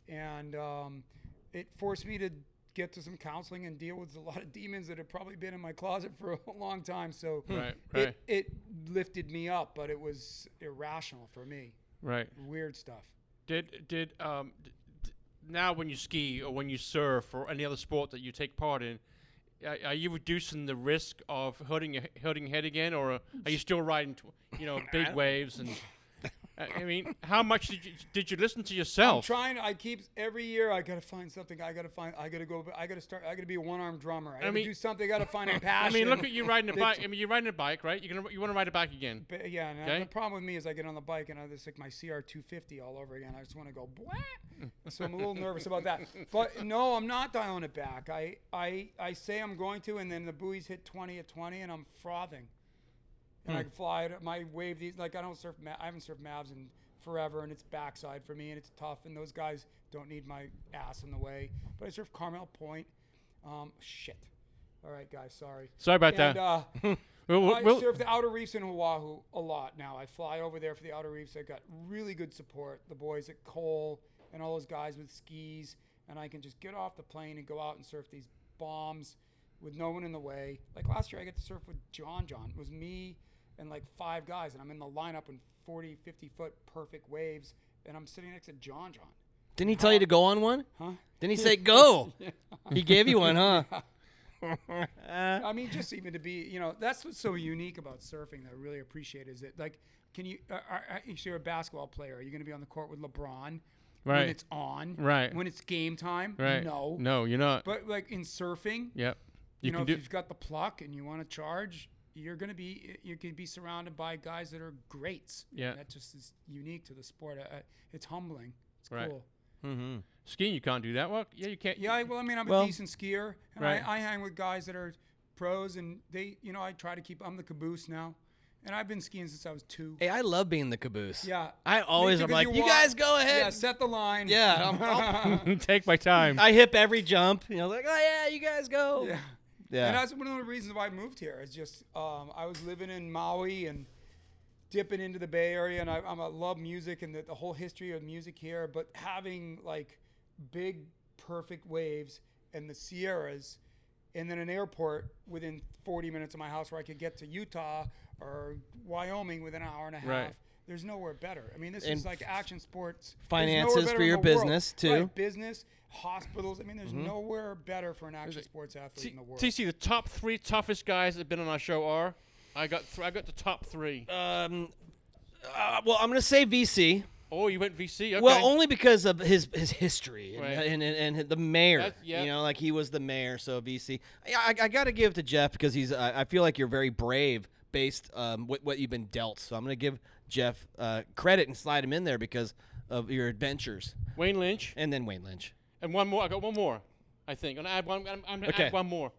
A: And um, it forced me to get to some counseling and deal with a lot of demons that had probably been in my closet for a long time. So
B: Hmm. Right,
A: it,
B: right.
A: it lifted me up, but it was irrational for me.
B: Right.
A: Weird stuff.
B: Did did um d- d- now when you ski or when you surf or any other sport that you take part in, are, are you reducing the risk of hurting your hurting your head again, or are you still riding, tw- you know, big waves and? I- I mean, how much did you did you listen to
A: I'm
B: yourself?
A: trying. I keep every year. I gotta find something. I gotta find. I gotta go. I gotta start. I gotta be a one arm drummer. I gotta
B: mean-
A: do something. I gotta find a
B: I
A: passion.
B: mean, look at you riding a
A: That's-
B: bike. I mean, you're riding a bike, right? You're gonna you want to ride a bike again.
A: But yeah, and uh,
B: Okay.
A: the problem with me is I get on the bike and I just like my CR250 all over again. I just want to go, Bwah! so I'm a little nervous about that. But no, I'm not dialing it back. I, I, I say I'm going to, and then the buoys hit 20 at 20, and I'm frothing. And I can fly it. My wave these like I don't surf. Ma- I haven't surfed Mavs in forever, and it's backside for me, and it's tough. And those guys don't need my ass in the way. But I surf Carmel Point. Um, shit. All right, guys. Sorry.
B: Sorry about
A: and,
B: that.
A: Uh,
B: We'll-
A: I
B: we'll-
A: surf the outer reefs in Oahu a lot now. I fly over there for the outer reefs. I got really good support, the boys at Cole and all those guys with skis, and I can just get off the plane and go out and surf these bombs with no one in the way. Like last year, I got to surf with John. John it was me and like five guys, and I'm in the lineup in 40, 50 foot perfect waves, and I'm sitting next to John. John.
C: Didn't he tell you to go on one?
A: Huh?
C: Didn't he say go? He gave you one, huh?
A: I mean, just even to be, you know, that's what's so unique about surfing that I really appreciate is that, like, can you, uh, are, are- if you're a basketball player, are you going to be on the court with LeBron when
B: Right.
A: it's on?
B: Right.
A: When it's game time?
B: right?
A: No.
B: no, you're not.
A: But, like, in surfing,
B: yep.
A: you,
B: You,
A: know,
B: can
A: if
B: do.
A: you've got the pluck and you want to charge, you're going to be, you can be surrounded by guys that are greats.
B: Yeah.
A: That just is unique to the sport. I, I, it's humbling. It's
B: Right.
A: cool.
C: Mm-hmm.
B: Skiing, you can't do that. Well, yeah, you can't.
A: Yeah, I- well, I mean, I'm
C: Well-
A: a decent skier, and
B: Right.
A: I, I hang with guys that are pros, and they, you know, I try to keep. I'm the caboose now, and I've been skiing since I was two.
C: Hey, I love being the caboose.
A: Yeah,
C: I always
A: Me
C: am
A: too, 'cause
C: like, you, guys
A: walk-
C: go ahead.
A: Yeah, set the line.
C: Yeah, I'm- I'll-
B: Take my time.
C: I hip every jump. You know, like, oh yeah, you guys go.
A: yeah.
C: Yeah.
A: And that's one of the reasons why I moved here. Is just um, I was living in Maui and dipping into the Bay Area, and I, I'm, I love music and the, the whole history of music here. But having like big, perfect waves and the Sierras, and then an airport within 40 minutes of my house where I could get to Utah or Wyoming within an hour and a half.
B: Right.
A: There's nowhere better. I mean, this
C: And
A: is like action sports. There's
C: finances
A: nowhere better
C: for
A: in
C: your
A: the world.
C: business, too. Mm-hmm.
A: Right, business, hospitals. I mean, there's nowhere better for an action sports athlete
B: T-
A: in the world.
B: TC, the top three toughest guys that have been on our show are. I got th- I got the top three.
C: Um, uh, well, I'm gonna say VC.
B: oh, you went VC. Okay.
C: Well, only because of his his history and,
B: Right.
C: and, and, and the mayor.
B: That's- yeah.
C: You know, like he was the mayor, so VC. I, I, I got to give to Jeff because he's. I, I feel like you're very brave based um what, what you've been dealt. So I'm gonna give Jeff uh, credit and slide him in there because of your adventures.
B: Wayne Lynch
C: And then Wayne Lynch.
B: and one more. I got one more. I think. And I have one. I'm, I'm gonna
C: Okay.
B: add one more.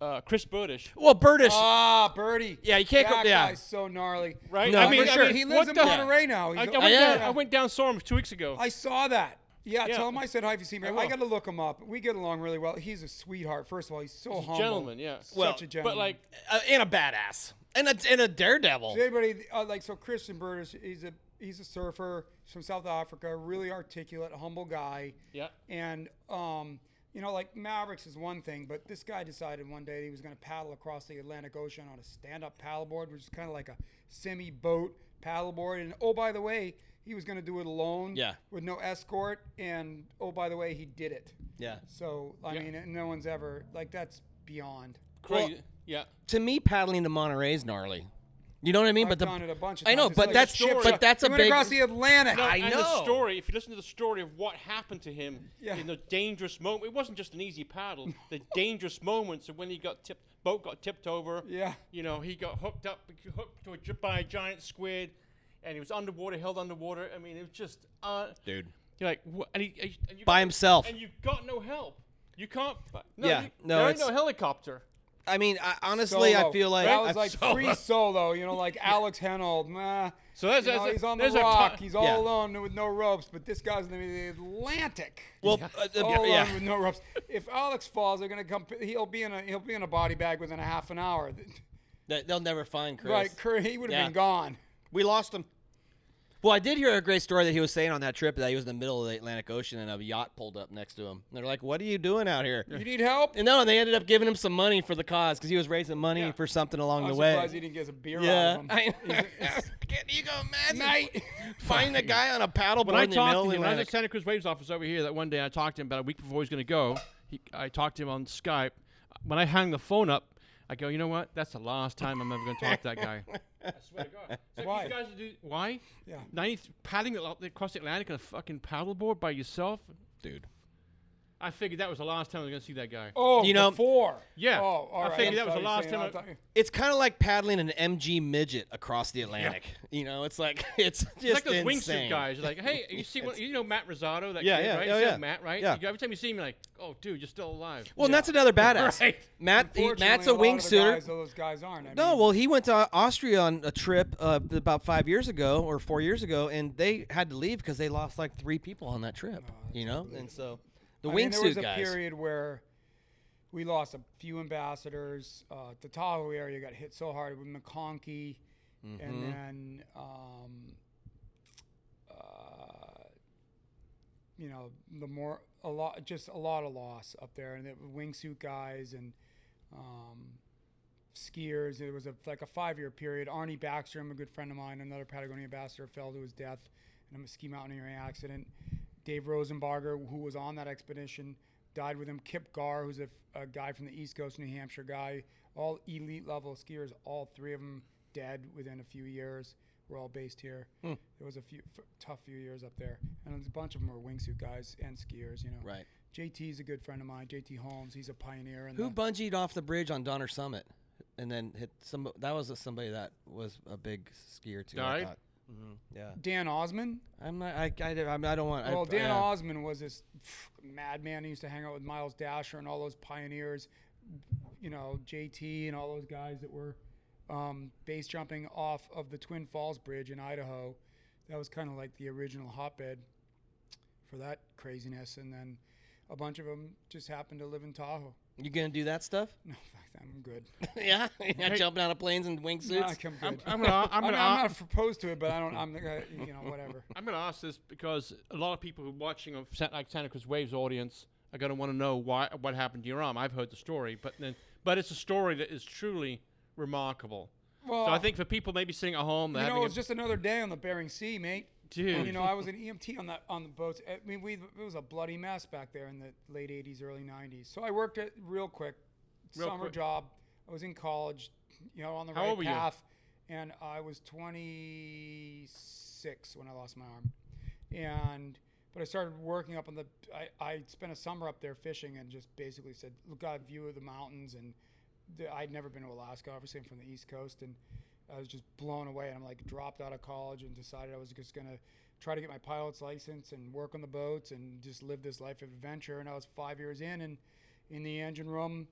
B: Uh, Chris Burdish.
C: Well, Burdish.
B: Uh,
A: Ah, Birdie.
C: Yeah, you can't
A: that
C: go- yeah.
A: guy's so gnarly.
B: Right?
C: No,
B: I mean,
C: for
B: I
C: sure.
B: mean,
A: he
B: what
A: lives in
B: the-
A: Monterey now. He's
B: I, I,
A: a-
B: went
C: Yeah.
B: down, I went down saw him two weeks ago.
A: I saw that. Yeah,
B: Yeah.
A: tell him I said hi if you see me.
B: I
A: I,
B: will.
A: got to look him up. We get along really well. He's a sweetheart. First of all, he's so humble.
B: gentleman, yeah.
A: Such
C: Well,
A: a
C: but,
A: gentleman.
B: but like,
C: uh, and a badass. And a, and a daredevil.
A: Does anybody uh, like so Christian Burdish? He's a he's a surfer. He's from South Africa. Really articulate, humble guy.
B: Yeah.
A: And um, you know, like Mavericks is one thing, but this guy decided one day he was going to paddle across the Atlantic Ocean on a stand-up paddleboard, which is kind of like a semi-boat paddleboard. And oh, by the way, he was going to do it alone.
C: Yeah.
A: With no escort. And oh, by the way, he did it.
C: Yeah.
A: So I
B: Yeah.
A: mean, no one's ever like that's beyond.
B: crazy.
C: well-
B: yeah.
C: To me, paddling to Montrea's gnarly. You know what I mean?
A: I've
C: but the,
A: done it a bunch of
C: I know,
A: times. It's
C: but
A: like a
C: that's
A: ship
C: but
A: show.
C: that's
A: He
C: a
A: went
C: big.
A: across the Atlantic.
C: I
B: and
C: know.
B: the story. If you listen to the story of what happened to him
A: Yeah.
B: in the dangerous moment, it wasn't just an easy paddle. the dangerous moments of when he got tipped, boat got tipped over.
A: Yeah.
B: you know, he got hooked up, hooked to a gi- by a giant squid, and he was underwater, held underwater. I mean, it was just uh,
C: Dude.
B: You're like, what? And, he, and you- and you
C: by
B: got-
C: himself.
B: And you've got no help. You can't. fi- No,
C: Yeah,
B: you-
C: no,
B: there ain't
C: it's-
B: no helicopter.
C: I mean, I, honestly, I
A: Solo.
C: feel like
A: that was like
C: I,
A: free solo. You know, like Alex Henold. Nah,
B: So there's-
A: you know,
B: there's a-
A: he's on the
B: there's a ti-
A: rock. he's all
C: Yeah.
A: alone with no ropes. But this guy's in the Atlantic.
C: well, uh, uh,
A: all
C: yeah.
A: alone with no ropes. If Alex falls, they're gonna come. He'll be in a he'll be in a body bag within a half an hour.
C: They- They'll never find Chris.
A: Right, Curry, he would have
C: Yeah.
A: been gone.
C: We lost him. Well, I did hear a great story that he was saying on that trip that he was in the middle of the Atlantic Ocean and a yacht pulled up next to him. And they're like, "What are you doing out here?"
A: You need help?
C: And no, and they ended up giving him some money for the cause because he was raising money
B: Yeah.
C: for something along
A: I'm
C: the
A: surprised he
C: way.
A: didn't get a beer out
C: Yeah, "Ah,
A: of him.
C: I
A: He's-
C: Can you go imagine?
A: Night.
C: Find a guy on a paddleboard
B: When I
C: in the middle
B: talked
C: of
B: to
C: the
B: him, I was
C: Atlantic.
B: at Santa Cruz Waves office over here. That one day I talked to him about a week before he was going to go. He, I talked to him on Skype. When I hung the phone up, I go, you know what? That's the last time I'm ever going to talk to that guy. I swear to God. So
A: Why?
B: You guys do why?
A: Yeah.
B: Now you paddling al- across the Atlantic on a fucking paddleboard by yourself, dude. I figured that was the last time I was going to see that guy.
A: Oh,
C: You know-
A: before.
B: Yeah.
A: Oh, all
B: I
A: right.
B: figured
A: I'm
B: that was
A: sorry,
B: the last
A: Sam, I
B: time I-
A: thought-
C: It's kind of like paddling an MG midget across the Atlantic. You know, it's like it's just
B: It's like those
C: insane.
B: wingsuit guys. You're like, hey, you see, one, you know Matt Rosado, that
C: Yeah,
B: kid,
C: yeah,
B: right?
C: yeah,
B: You said
C: yeah.
B: Matt, right?
C: Yeah.
B: You go- every time you see him, you're like, oh, dude, you're still alive.
C: Well, and that's another badass.
B: Right.
C: Matt, he- Matt's
A: Unfortunately,
C: a
A: lot of the
C: wingsuiter.
A: guys- Those guys aren't. I
C: No,
A: mean,
C: well, he went to Austria on a trip uh, about five years ago or four years ago, and they had to leave because they lost like three people on that trip. you know, and so the
A: I mean, there was
C: wingsuit
A: a
C: guys.
A: period where we lost a few ambassadors. Uh, the Tahoe area got hit so hard with McConkie, and
C: Mm-hmm.
A: then um, uh, you know the more a lot, just a lot of loss up there, and the wingsuit guys and um, skiers. It was a, like a five-year period. Arnie Baxter, I'm a good friend of mine, another Patagonia ambassador, fell to his death in a ski mountaineering accident. Dave Rosenbarger, who was on that expedition, died with him. Kip Gar, who's a, a guy from the East Coast, New Hampshire guy, all elite level skiers. All three of them dead within a few years. We're all based here.
C: Hmm.
A: There was a few f- tough few years up there, and a bunch of them were wingsuit guys and skiers. You know,
C: Right.
A: JT's a good friend of mine. JT Holmes, he's a pioneer. In
C: Who
A: the-
C: bungeed off the bridge on Donner Summit and then hit some? That was somebody that was a big skier too. I
B: Died?
C: thought.
A: Mm-hmm.
C: Mhm, Yeah,
A: Dan Osman,
C: I'm not. I, I, I, mean, I don't want.
A: Well,
C: I,
A: Dan
C: yeah.
A: Osman was this madman who used to hang out with Miles Dasher and all those pioneers, you know, JT and all those guys that were um, base jumping off of the Twin Falls Bridge in Idaho. That was kind of like the original hotbed for that craziness. And then a bunch of them just happened to live in Tahoe.
C: you gonna do that stuff?
A: No, fuck that. I'm good.
C: yeah, yeah, jumping out of planes in
A: No,
C: wingsuits.
A: I'm good. I'm,
B: I'm gonna, I'm
A: I'm
B: gonna,
A: not opposed to it, but I don't, I'm, uh, you know, whatever.
B: I'm going to ask this because a lot of people who are watching of San- like Santa Cruz Waves audience are going to want to know why what happened to your arm. I've heard the story, but then but it's a story that is truly remarkable. so I
A: Well-
B: think for people maybe sitting at home, they're
A: Oh. You know,
B: having
A: it
B: a-
A: was just another day on the Bering Sea, mate.
B: Dude.
A: You know, I was an EMT on that on the boats. I mean, we it was a bloody mess back there in the late '80s, early '90s. So I worked at real quick,
B: Real
A: summer
B: quick.
A: job. I was in college, you know, on the
B: How
A: right
B: old were you?
A: path, and I was 26 when I lost my arm, and. But I started working up on the. I, I spent a summer up there fishing and just basically said, "Look, got a view of the mountains and the- I'd never been to Alaska, obviously I'm from the East Coast, and I was just blown away. And I'm like dropped out of college and decided I was just gonna try to get my pilot's license and work on the boats and just live this life of adventure. And I was five years in, and in the engine room,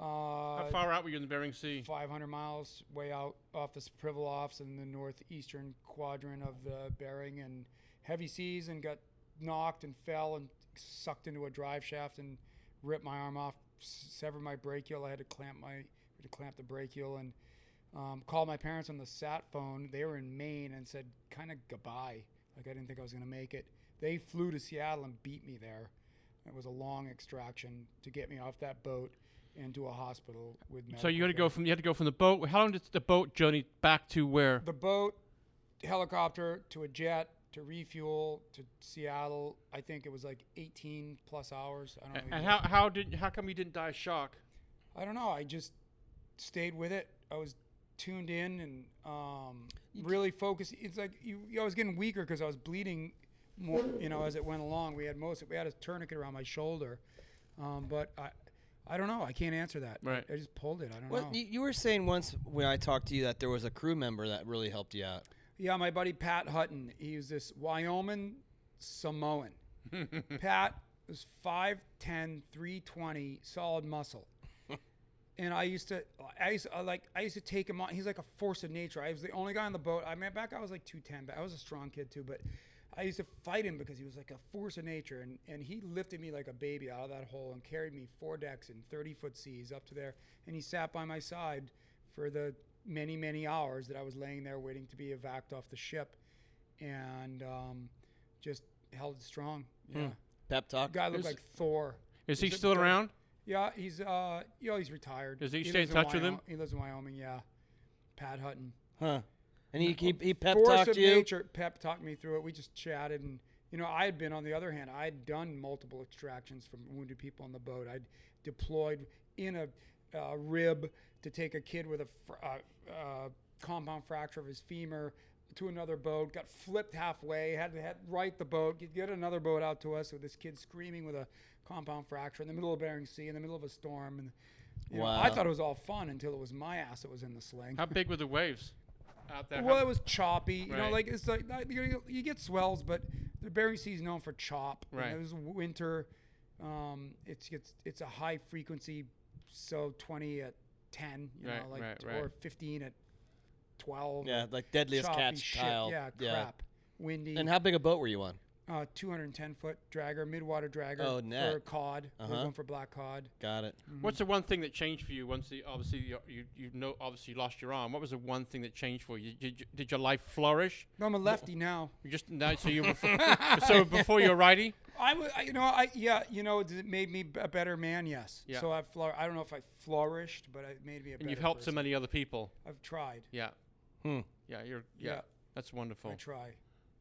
B: how
A: uh,
B: far out were you in the Bering Sea?
A: 500 miles way out off the Privilovs in the northeastern quadrant of the Bering, and heavy seas, and got knocked and fell and sucked into a drive shaft and ripped my arm off, s- severed my brachial. I had to clamp my had to clamp the brachial and um, called my parents on the sat phone. They were in Maine and said kind of goodbye. Like I didn't think I was gonna make it. They flew to Seattle and beat me there. It was a long extraction to get me off that boat and to a hospital with.
B: So you
A: medical
B: got to go
A: care.
B: from you had to go from the boat. How long did the boat journey back to where?
A: the boat, helicopter to a jet to refuel to Seattle. I think it was like 18 plus hours. I don't know.
B: and how, how did how come you didn't die of shock?
A: I don't know. I just stayed with it. I was tuned in and um, really focused. It's like you, you, I was getting weaker because I was bleeding more, you know, as it went along. We had most, we had a tourniquet around my shoulder, um, but I, I don't know. I can't answer that.
B: Right.
A: I, just pulled it. I don't
C: Well,
A: know.
C: you, you were saying once when I talked to you that there was a crew member that really helped you out.
A: Yeah, my buddy Pat Hutton. He was this Wyoming Samoan. Pat was 5'10", 320, solid muscle. and I used to, I used to, I like, I used to take him on. He's like a force of nature. I was the only guy on the boat. I mean, back I was like 210, but I was a strong kid too. But I used to fight him because he was like a force of nature. And, and he lifted me like a baby out of that hole and carried me four decks and 30 foot seas up to there. And he sat by my side for the many, many hours that I was laying there waiting to be evac off the ship. And um, just held it strong. Yeah.
C: Pep talk.
A: Guy looked
B: Is-
A: like Thor.
B: Is he
A: He's a-
B: still around?
A: Yeah, he's uh, you know, he's retired.
B: Does he stay
A: lives
B: in touch with him?
A: Wyom- He lives in Wyoming. Yeah, Pat Hutton.
C: Huh. And he he, he pep
A: Force
C: talked
A: of
C: you.
A: nature. Pep talked me through it. We just chatted, and you know, I had been on the other hand. I had done multiple extractions from wounded people on the boat. I'd deployed in a uh, rib to take a kid with a fr- uh, uh, compound fracture of his femur to another boat. Got flipped halfway. Had to had right the boat. Get, get another boat out to us with this kid screaming with a compound fracture in the middle of Bering Sea in the middle of a storm. And you know, I
C: Wow.
A: thought it was all fun until it was my ass that was in the sling.
B: How big were the waves out there?
A: Well,
B: How-
A: it was choppy. You know,
B: Right.
A: like it's like like, you, you get swells, but the Bering Sea is known for chop. and
B: Right.
A: it was winter. Um, it's it's it's a high frequency, so twenty at ten, you
B: Right,
A: know, like
B: right,
A: or
B: right.
A: fifteen at twelve.
C: Yeah, like deadliest
A: choppy
C: catch
A: shit.
C: Kyle.
A: Yeah, crap. Windy.
C: And how big a boat were you on?
A: uh, two hundred and ten foot dragger, midwater dragger
C: Oh,
A: for
C: net.
A: cod. We're
C: Uh-huh.
A: going for black cod.
C: Got it.
A: Mm.
B: What's the one thing that changed for you once the obviously you you, you know obviously you lost your arm? What was the one thing that changed for you? Did, you, did your life flourish?
A: No, I'm a lefty now.
B: You just now, so you were f- so before you're righty.
A: I would, I- you know, I yeah, you know, it made me b- a better man. Yes.
B: Yeah.
A: So I flour- I don't know if I flourished, but it made me a better.
B: and you've helped so
A: person.
B: many other people.
A: I've tried.
B: Yeah,
C: Hmm.
B: yeah, you're yeah.
A: Yeah.
B: That's wonderful.
A: I try.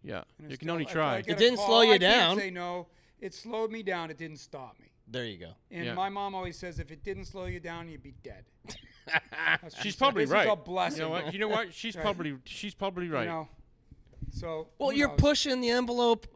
B: yeah,
A: And
B: Oh. you
A: it's
B: can
A: still-
B: only
A: if I
B: try.
A: get
C: It
A: a
C: didn't
A: call,
C: slow you
A: I
C: down.
A: Can't say no. It slowed me down. It didn't stop me.
C: There you go.
A: And
B: Yeah.
A: my mom always says, if it didn't slow you down, you'd be dead. That's what she
B: She's
A: said.
B: probably
A: this
B: right.
A: Is a blessing.
B: You know what? You know what? She's
A: Right.
B: probably she's probably right.
A: You know? So.
C: Well,
A: who
C: you're
A: knows?
C: pushing the envelope.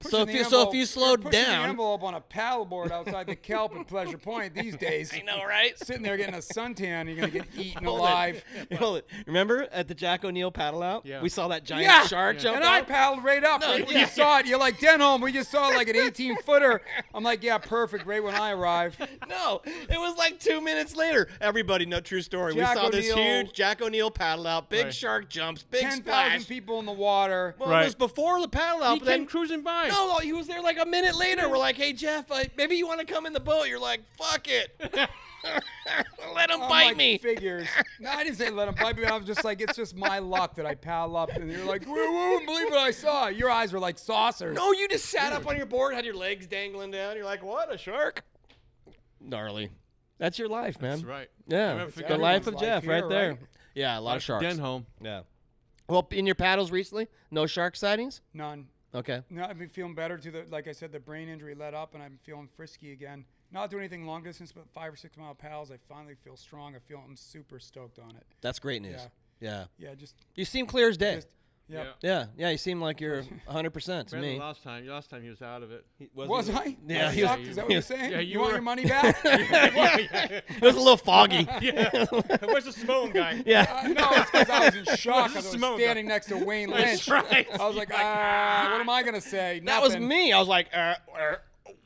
A: Pushing
C: so if
A: the
C: you so if
A: envelope-
C: you
A: you're
C: slowed
A: pushing the
C: down,
A: envelope on a paddleboard outside the kelp at Pleasure Point these days.
C: I know, right?
A: Sitting there getting a suntan, you're gonna get eaten
C: Hold it.
A: alive.
C: Hold it. Remember at the Jack O'Neill paddle out?
B: Yeah.
C: We saw that giant
A: Yeah.
C: shark jump
A: And I
C: out.
A: paddled right up. right when
C: yeah.
A: you saw it, you're like, Denholm, we just saw like an 18 footer. I'm like, yeah, perfect. Right when I arrive.
C: no, it was like two minutes later. Everybody, no true story.
A: Jack
C: we saw this
A: O'Neill-
C: huge Jack O'Neill paddle out, big
B: Right.
C: shark jumps, big
A: 10,000
C: splash.
A: people in the water.
C: Well,
B: Right.
C: it was before the paddle out,
B: He
C: but
B: came
C: then
B: cruising by.
C: no, he was there like a minute later. We're like, hey Jeff, I, maybe you want to come in the boat. You're like, fuck it, let him
A: I'm
C: bite
A: like,
C: me.
A: Figures. No, I didn't say let him bite me. I was just like, it's just my luck that I paddle up. And you're like, woo, woo, believe what I saw. Your eyes were like saucers.
C: No, you just sat up on your board, had your legs dangling down. You're like, what a shark! Gnarly. That's your life, man.
B: That's right. I'll
C: Yeah,
B: never forget
C: the life
A: everyone's
C: of
A: life
C: Jeff,
A: here,
C: right there.
A: right?
C: Yeah, a lot of sharks.
B: Denholm.
C: Yeah. Well, in your paddles recently, no shark sightings.
A: None.
C: Okay.
A: No, I've been feeling better to the, like I said, the brain injury let up and I'm feeling frisky again. Not doing anything long distance, but five or six mile paddles. I finally feel strong. I feel I'm super stoked on it.
C: That's great news. Yeah.
A: Yeah, just,
C: You seem clear as day.
A: just, yep.
C: yeah, yeah. You seem like you're 100 percent to
B: Better than
C: me.
B: last time. Last time he was out of it.
A: Was I?
C: Yeah,
A: I
C: he was-
A: sucked? Is that what you're saying?
B: Yeah,
A: you,
B: you
A: want
B: were.
A: your money back? uh,
C: It was a little foggy.
B: Yeah. Where's the Simone guy?
C: yeah.
A: no, it's because I was in shock. I
B: Where's
A: was
B: the smoke?
A: standing next to Wayne Lynch.
B: That's right.
A: I was like, ah, what am I gonna say?
C: That was
A: Nothing.
C: me. I was like, uh, uh,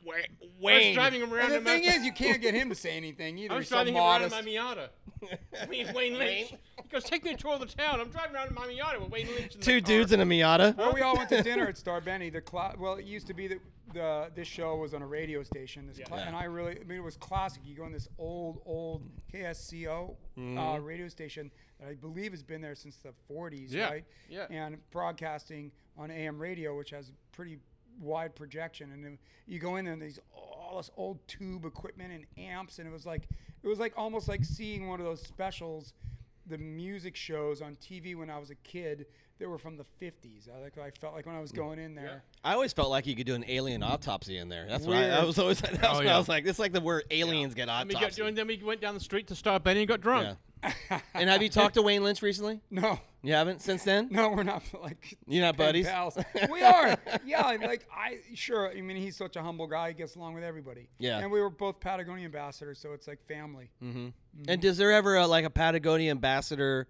C: Wa-
B: I was
C: Wayne.
B: driving him around.
A: And the
B: in
A: thing
B: my,
A: is, you can't get him to say anything either.
B: I was
A: He's so
B: driving him
A: modest.
B: around in my Miata. I mean, Wayne Lynch. He goes, take me a tour of the town. I'm driving around in my Miata with Wayne Lynch. In
C: Two
B: the car.
C: dudes in a Miata.
A: Well, we all went to dinner at Star Benny. The cla- well, it used to be that the this show was on a radio station. This cla-
C: Yeah.
A: and I really, I mean, it was classic. You go in this old, old KSCO uh,
C: Mm-hmm.
A: radio station that I believe has been there since the 40s,
B: Yeah,
A: right?
B: yeah.
A: And broadcasting on AM radio, which has pretty wide projection, and then you go in and these all this old tube equipment and amps, and it was like it was like almost like seeing one of those specials the music shows on TV when I was a kid that were from the 50s. I, like, I felt like when I was going in there.
C: I always felt like you could do an alien autopsy in there. That's why
A: Weird.
C: I, was always. That's
A: Oh,
C: what
B: yeah.
C: I was like. It's like the where aliens get
B: And we got-
C: autopsy.
B: and then we went down the street to Star Benny and got drunk.
C: Yeah. and have you talked to Wayne Lynch recently?
A: No,
C: You haven't since then.
A: no, we're not like
C: You're not
A: pen
C: buddies?
A: pals. we are. Yeah, I'm like I sure. I mean, he's such a humble guy. He gets along with everybody.
C: Yeah.
A: And we were both Patagonia ambassadors, so it's like family.
C: And does there ever a, like a Patagonia ambassador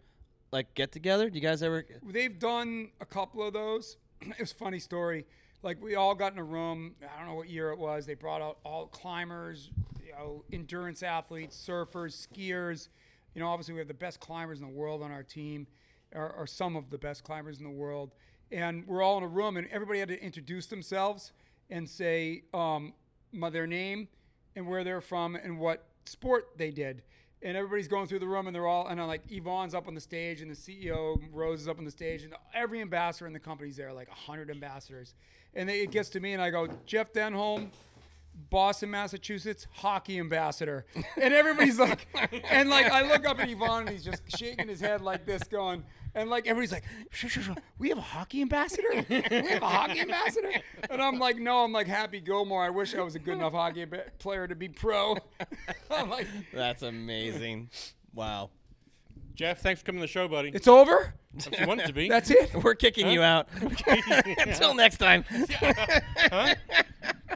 C: like get together? Do you guys ever?
A: They've done a couple of those. it was a funny story. like we all got in a room. I don't know what year it was. They brought out all climbers, you know, endurance athletes, surfers, skiers. You know, obviously we have the best climbers in the world on our team, or, or some of the best climbers in the world. And we're all in a room, and everybody had to introduce themselves and say um, my, their name and where they're from and what sport they did. And everybody's going through the room, and they're all, and I'm like, Yvonne's up on the stage, and the CEO Rose is up on the stage, and every ambassador in the company's there, like 100 ambassadors. And they, it gets to me, and I go, Jeff Denholm, Boston, Massachusetts, hockey ambassador. And everybody's like, and like, I look up at Yvonne, and he's just shaking his head like this, going, and like, everybody's like, "Sh- sh- sh- we have a hockey ambassador? We have a hockey ambassador? And I'm like, no, I'm like Happy Gilmore. I wish I was a good enough hockey ba- player to be pro. I'm like,
C: That's amazing. Wow.
B: Jeff, thanks for coming to the show, buddy.
A: it's over?
B: if you wanted to be.
A: That's it?
C: We're kicking you out. Until next time.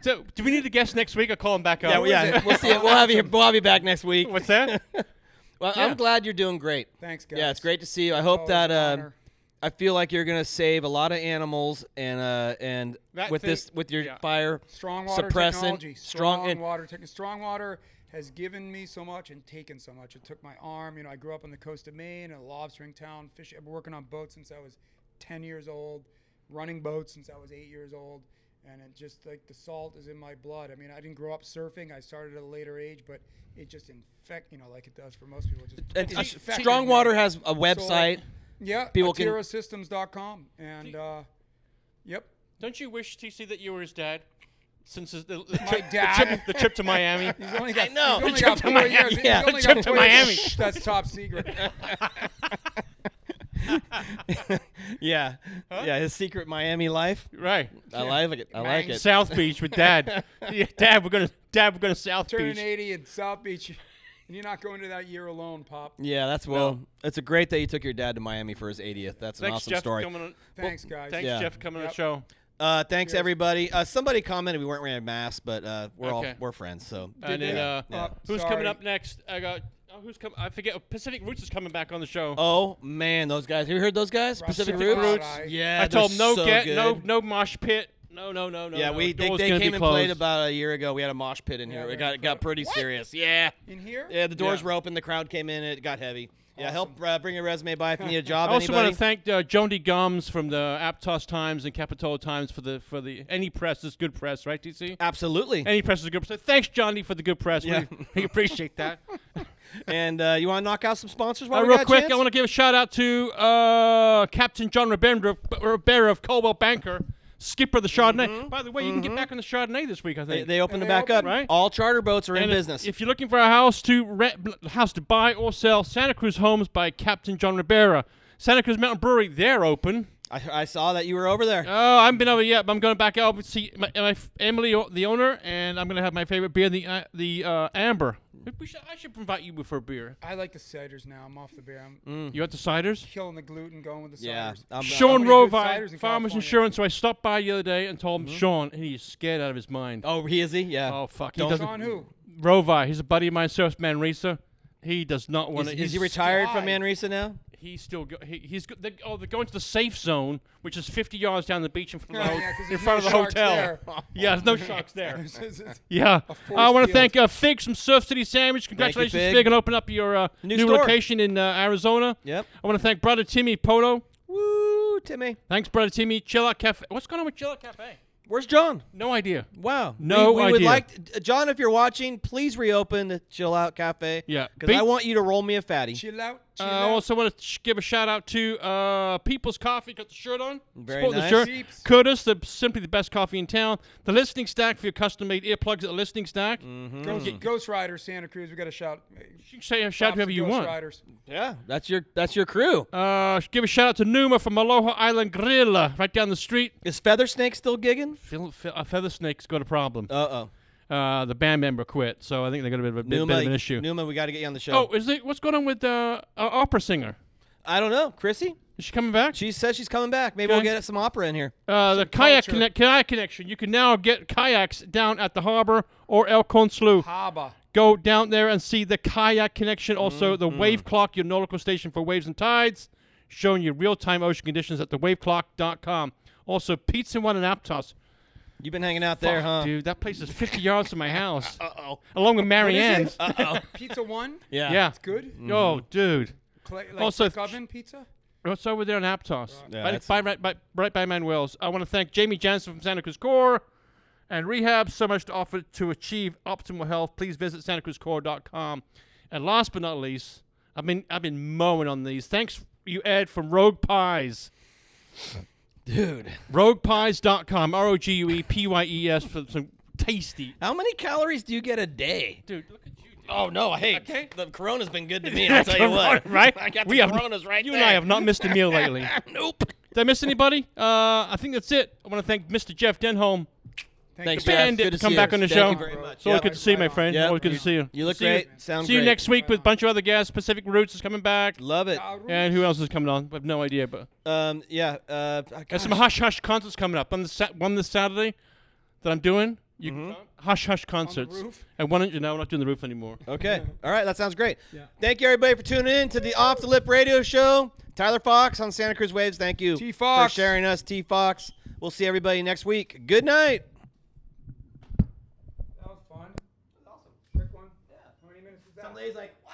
B: so, do we need a guest next week or call him back up?
C: Yeah, we- yeah, we'll see. We'll have you. We'll have you back next week.
B: What's that?
C: Well,
B: Yeah.
C: I'm glad you're doing great.
A: Thanks, guys.
C: Yeah, it's great to see you. I hope
A: always
C: that
A: an
C: uh,
A: honor.
C: I feel like you're gonna save a lot of animals and uh, and
B: That
C: with
B: thing-
C: this with your
B: yeah.
C: fire
A: Strong water
C: suppressant,
A: technology.
C: strong,
A: Strong,
C: and
A: water tech. Strong water has given me so much and taken so much. It took my arm. You know, I grew up on the coast of Maine, in a lobstering town. Fish. I've been working on boats since I was 10 years old, running boats since I was eight years old, and it just like the salt is in my blood. I mean, I didn't grow up surfing. I started at a later age, but it just infect. You know, like it does for most people. It
C: and
A: Just
C: uh,
A: infected
C: strong
A: me.
C: water has
A: So,
C: a website.
A: yeah,
C: people can-
A: atirasystems.com and uh, yep.
B: Don't you wish, TC, that you were his dad? Since his, the, the, trip,
A: dad?
B: The, trip, the trip to Miami.
A: He's only got,
C: I know.
A: He's only
C: Trip
A: got
C: to
A: four
C: Miami.
A: years. He's
C: Yeah.
A: only
B: Trip
A: got
B: to
A: four years.
B: Miami.
A: Shh, That's top secret.
C: yeah, yeah, his secret Miami life.
B: right.
C: I like it. I like it.
B: South Beach with Dad. yeah, Dad, we're gonna Dad, we're gonna South
A: Turning
B: Beach.
A: 80 in South Beach, and you're not going to that year alone, Pop.
C: Yeah, that's well. It's a great that you took your dad to Miami for his 80th. That's an
B: Thanks,
C: awesome
B: Jeff,
C: story.
B: for coming on.
A: Thanks, guys.
B: Thanks,
C: Yeah.
B: Jeff, for coming on
A: Yep.
B: the show.
C: Uh, thanks everybody. Uh, somebody commented we weren't wearing masks, but uh, we're all
B: Okay.
C: we're friends. So
B: And then,
C: yeah,
B: uh,
C: yeah.
A: Uh,
B: who's
A: sorry.
B: coming up next? I got oh, who's coming? I forget. oh, Pacific Roots is coming back on the show.
C: oh man, those guys. Have you heard those guys? Pacific
A: Pacific
C: Roots.
A: Roots. Roots.
C: Yeah,
B: I told
C: they're
B: him no
C: so
B: get,
C: good.
B: no no mosh pit, no no no no.
C: Yeah,
B: no.
C: we they,
B: Door's
C: they
B: gonna be
C: came and played
B: closed.
C: about a year ago. We had a mosh pit in here.
A: they're
C: It got it got pretty serious. Yeah.
A: In here?
C: Yeah, the doors
B: Yeah.
C: were open. The crowd came in. It got heavy. Yeah, help uh, bring your resume by if you need a job.
B: I also
C: anybody?
B: want to thank uh, Joan D. Gums from the Aptos Times and Capitol Times for the for the any press is good press, right, DC?
C: Absolutely.
B: Any press is good press. Thanks, Johnny, for the good press.
C: Yeah.
B: We, we appreciate that.
C: and uh, you want to knock out some sponsors while
B: Uh,
C: we
B: real
C: got a
B: quick, I
C: chance?
B: want to give a shout out to uh, Captain John Ribera, Ribera of Coldwell Banker, skipper of the Chardonnay. By the way, you can get back on the Chardonnay this week, I
C: Mm-hmm. They,
B: think.
C: they
A: And
C: opened it
A: they
C: back
A: opened-
C: up.
B: Right.
C: All charter boats are in
B: And uh, if-
C: business.
B: If you're looking for a house to rent, house to buy or sell, Santa Cruz Homes by Captain John Ribera. Santa Cruz Mountain Brewery, they're open.
C: I, I saw that you were over there.
B: Oh, I haven't been over yet, but I'm going back out to see my, my f- Emily, o- the owner, and I'm going to have my favorite beer, the uh, the uh, Amber. We- we should, I should invite you for a beer.
A: I like the ciders now. I'm off the beer. I'm
B: You want the ciders?
A: killing the gluten, going with the
C: yeah.
A: ciders.
C: I'm, uh,
B: Sean
A: many good
B: Rovi,
A: ciders in
B: Farmers
A: California?
B: Insurance. So I stopped by the other day and told him Sean, and he's scared out of his mind.
C: oh, he is he? Yeah.
B: Oh, fuck!
C: Don't-
B: he doesn't.
A: Sean, who?
B: Rovi, he's a buddy of mine, Surf Man Risa. He does not
C: is,
B: want to.
C: is he retired from
A: died.
C: Manresa now?
B: He's still. Go, he, he's. Go, they, oh, they're going to the safe zone, which is 50 yards down the beach in front of the,
A: Yeah,
B: ho-
A: yeah, 'cause
B: in
A: there's
B: front of
A: no
B: the
A: sharks
B: hotel.
A: there.
B: Yeah, there's no sharks there.
A: This is-
B: Yeah,
A: force
B: I want to
A: field.
B: thank uh, Fig from Surf City Sandwich. Congratulations,
C: Fig.
B: Fig. on opening up your uh,
C: New
B: new,
C: store.
B: location in uh, Arizona.
C: Yep.
B: I want to thank brother Timmy Poto.
C: Woo, Timmy.
B: Thanks, brother Timmy. Chill out cafe. What's going on with Chill out cafe?
C: Where's John?
B: No idea.
C: Wow.
B: No
C: we, we would
B: idea.
C: like to- John if you're watching, please reopen the Chill Out Cafe.
B: Yeah.
C: Because I
B: Be-
C: want you to roll me a fatty.
A: Chill out.
B: Uh,
A: Chill
B: I
A: out.
B: also want to sh- give a shout out to uh, People's Coffee. Got the shirt on.
C: Very
B: Sporting
C: nice.
B: The shirt.
A: Jeeps.
B: Curtis, the, simply the best coffee in town. The Listening Stack for your custom made earplugs at the Listening Stack.
C: Mm-hmm.
A: Ghost, Ghost Rider, Santa Cruz. We got to shout.
B: You can say, Mm. uh, shout
A: Props
B: whoever
A: to
B: you
A: Ghost
B: want.
A: Riders.
C: Yeah. That's your that's your crew.
B: Uh, sh- give a shout out to Numa from Aloha Island Grill, uh, right down the street.
C: Is Feather Snake still gigging?
B: Phil, Phil, uh, Feather Snake's got a problem.
C: Uh oh.
B: Uh, the band member quit, so I think they got a bit of a bit, bit of an issue.
C: Numa, we got to get you on the show.
B: Oh, is it? What's going on with uh, uh, opera singer?
C: I don't know, Chrissy.
B: Is she coming back?
C: She says she's coming back. Maybe we'll
B: Okay.
C: get some opera in here.
B: Uh, the kayak
A: culture.
B: connect, kayak connection. You can now get kayaks down at the harbor or El Conslu.
A: Haba.
B: Go down there and see the kayak connection. Also,
C: Mm-hmm.
B: the wave clock, your nautical station for waves and tides, showing you real-time ocean conditions at thewaveclock.com. Also, Pizza One and Aptos.
C: You've been hanging out there,
B: Fuck,
C: huh?
B: Dude, that place is 50 yards from my house,
C: Uh oh.
B: along
A: What is it?
B: with Marianne's.
C: Uh Mm-hmm.
A: Pizza One.
C: Yeah.
B: yeah.
A: It's good.
B: Oh, dude.
A: Clay, like
B: Also,
A: brick oven pizza.
B: Oh, It's over there on Aptos.
C: Yeah,
B: right,
C: that's-
B: by, right, by, right by Manuel's. I want to thank Jamie Jansen from Santa Cruz Core and Rehab. So much to offer to achieve optimal health. Please visit santacruzcore.com. And last but not least, I've been I've been mowing on these. Thanks you Ed from Rogue Pies.
C: Dude,
B: RoguePies.com. R O G U E P Y E S for some tasty.
C: how many calories do you get a day?
B: Dude, look at you. Dude.
C: Oh no, hey,
B: Okay.
C: the Corona's been good to me. I'll tell you what,
B: right?
C: I got the
B: We have-
C: Coronas right
B: You
C: there.
B: and I have not missed a meal lately.
C: nope.
B: Did I miss anybody? Uh, I think that's it. I want to thank Mr. Jeff Denholm.
C: Thanks,
A: you.
C: Jeff.
B: Bandit
C: Good to
B: come
C: see
B: back
C: you.
B: on the
C: Thank
B: show.
C: You very much.
B: So
C: Yep.
B: good to see you, my friend.
C: Yep.
B: Always good to see you.
C: You look
B: see
C: great.
B: You.
C: Sound
B: see
C: great.
B: you next week with a bunch of other guests. Pacific Roots is coming back.
C: Love it.
B: And who else is coming on? I have no idea, but
C: Um, yeah. Uh,
B: there's
C: gosh.
B: some hush hush concerts coming up. On the sat- one this Saturday that I'm doing. You
C: Mm-hmm.
B: hush hush concerts.
A: roof?
B: And one, you know, I'm not doing the roof anymore.
C: Okay. All right. That sounds great.
A: Yeah.
C: Thank you, everybody, for tuning in to the Off the Lip Radio Show. Tyler Fox on Santa Cruz Waves. Thank you
A: T. Fox.
C: for sharing us, T. Fox. We'll see everybody next week. Good night.
A: That was fun. That was awesome. Quick one. Yeah. How many minutes is that?
C: Somebody's like, what?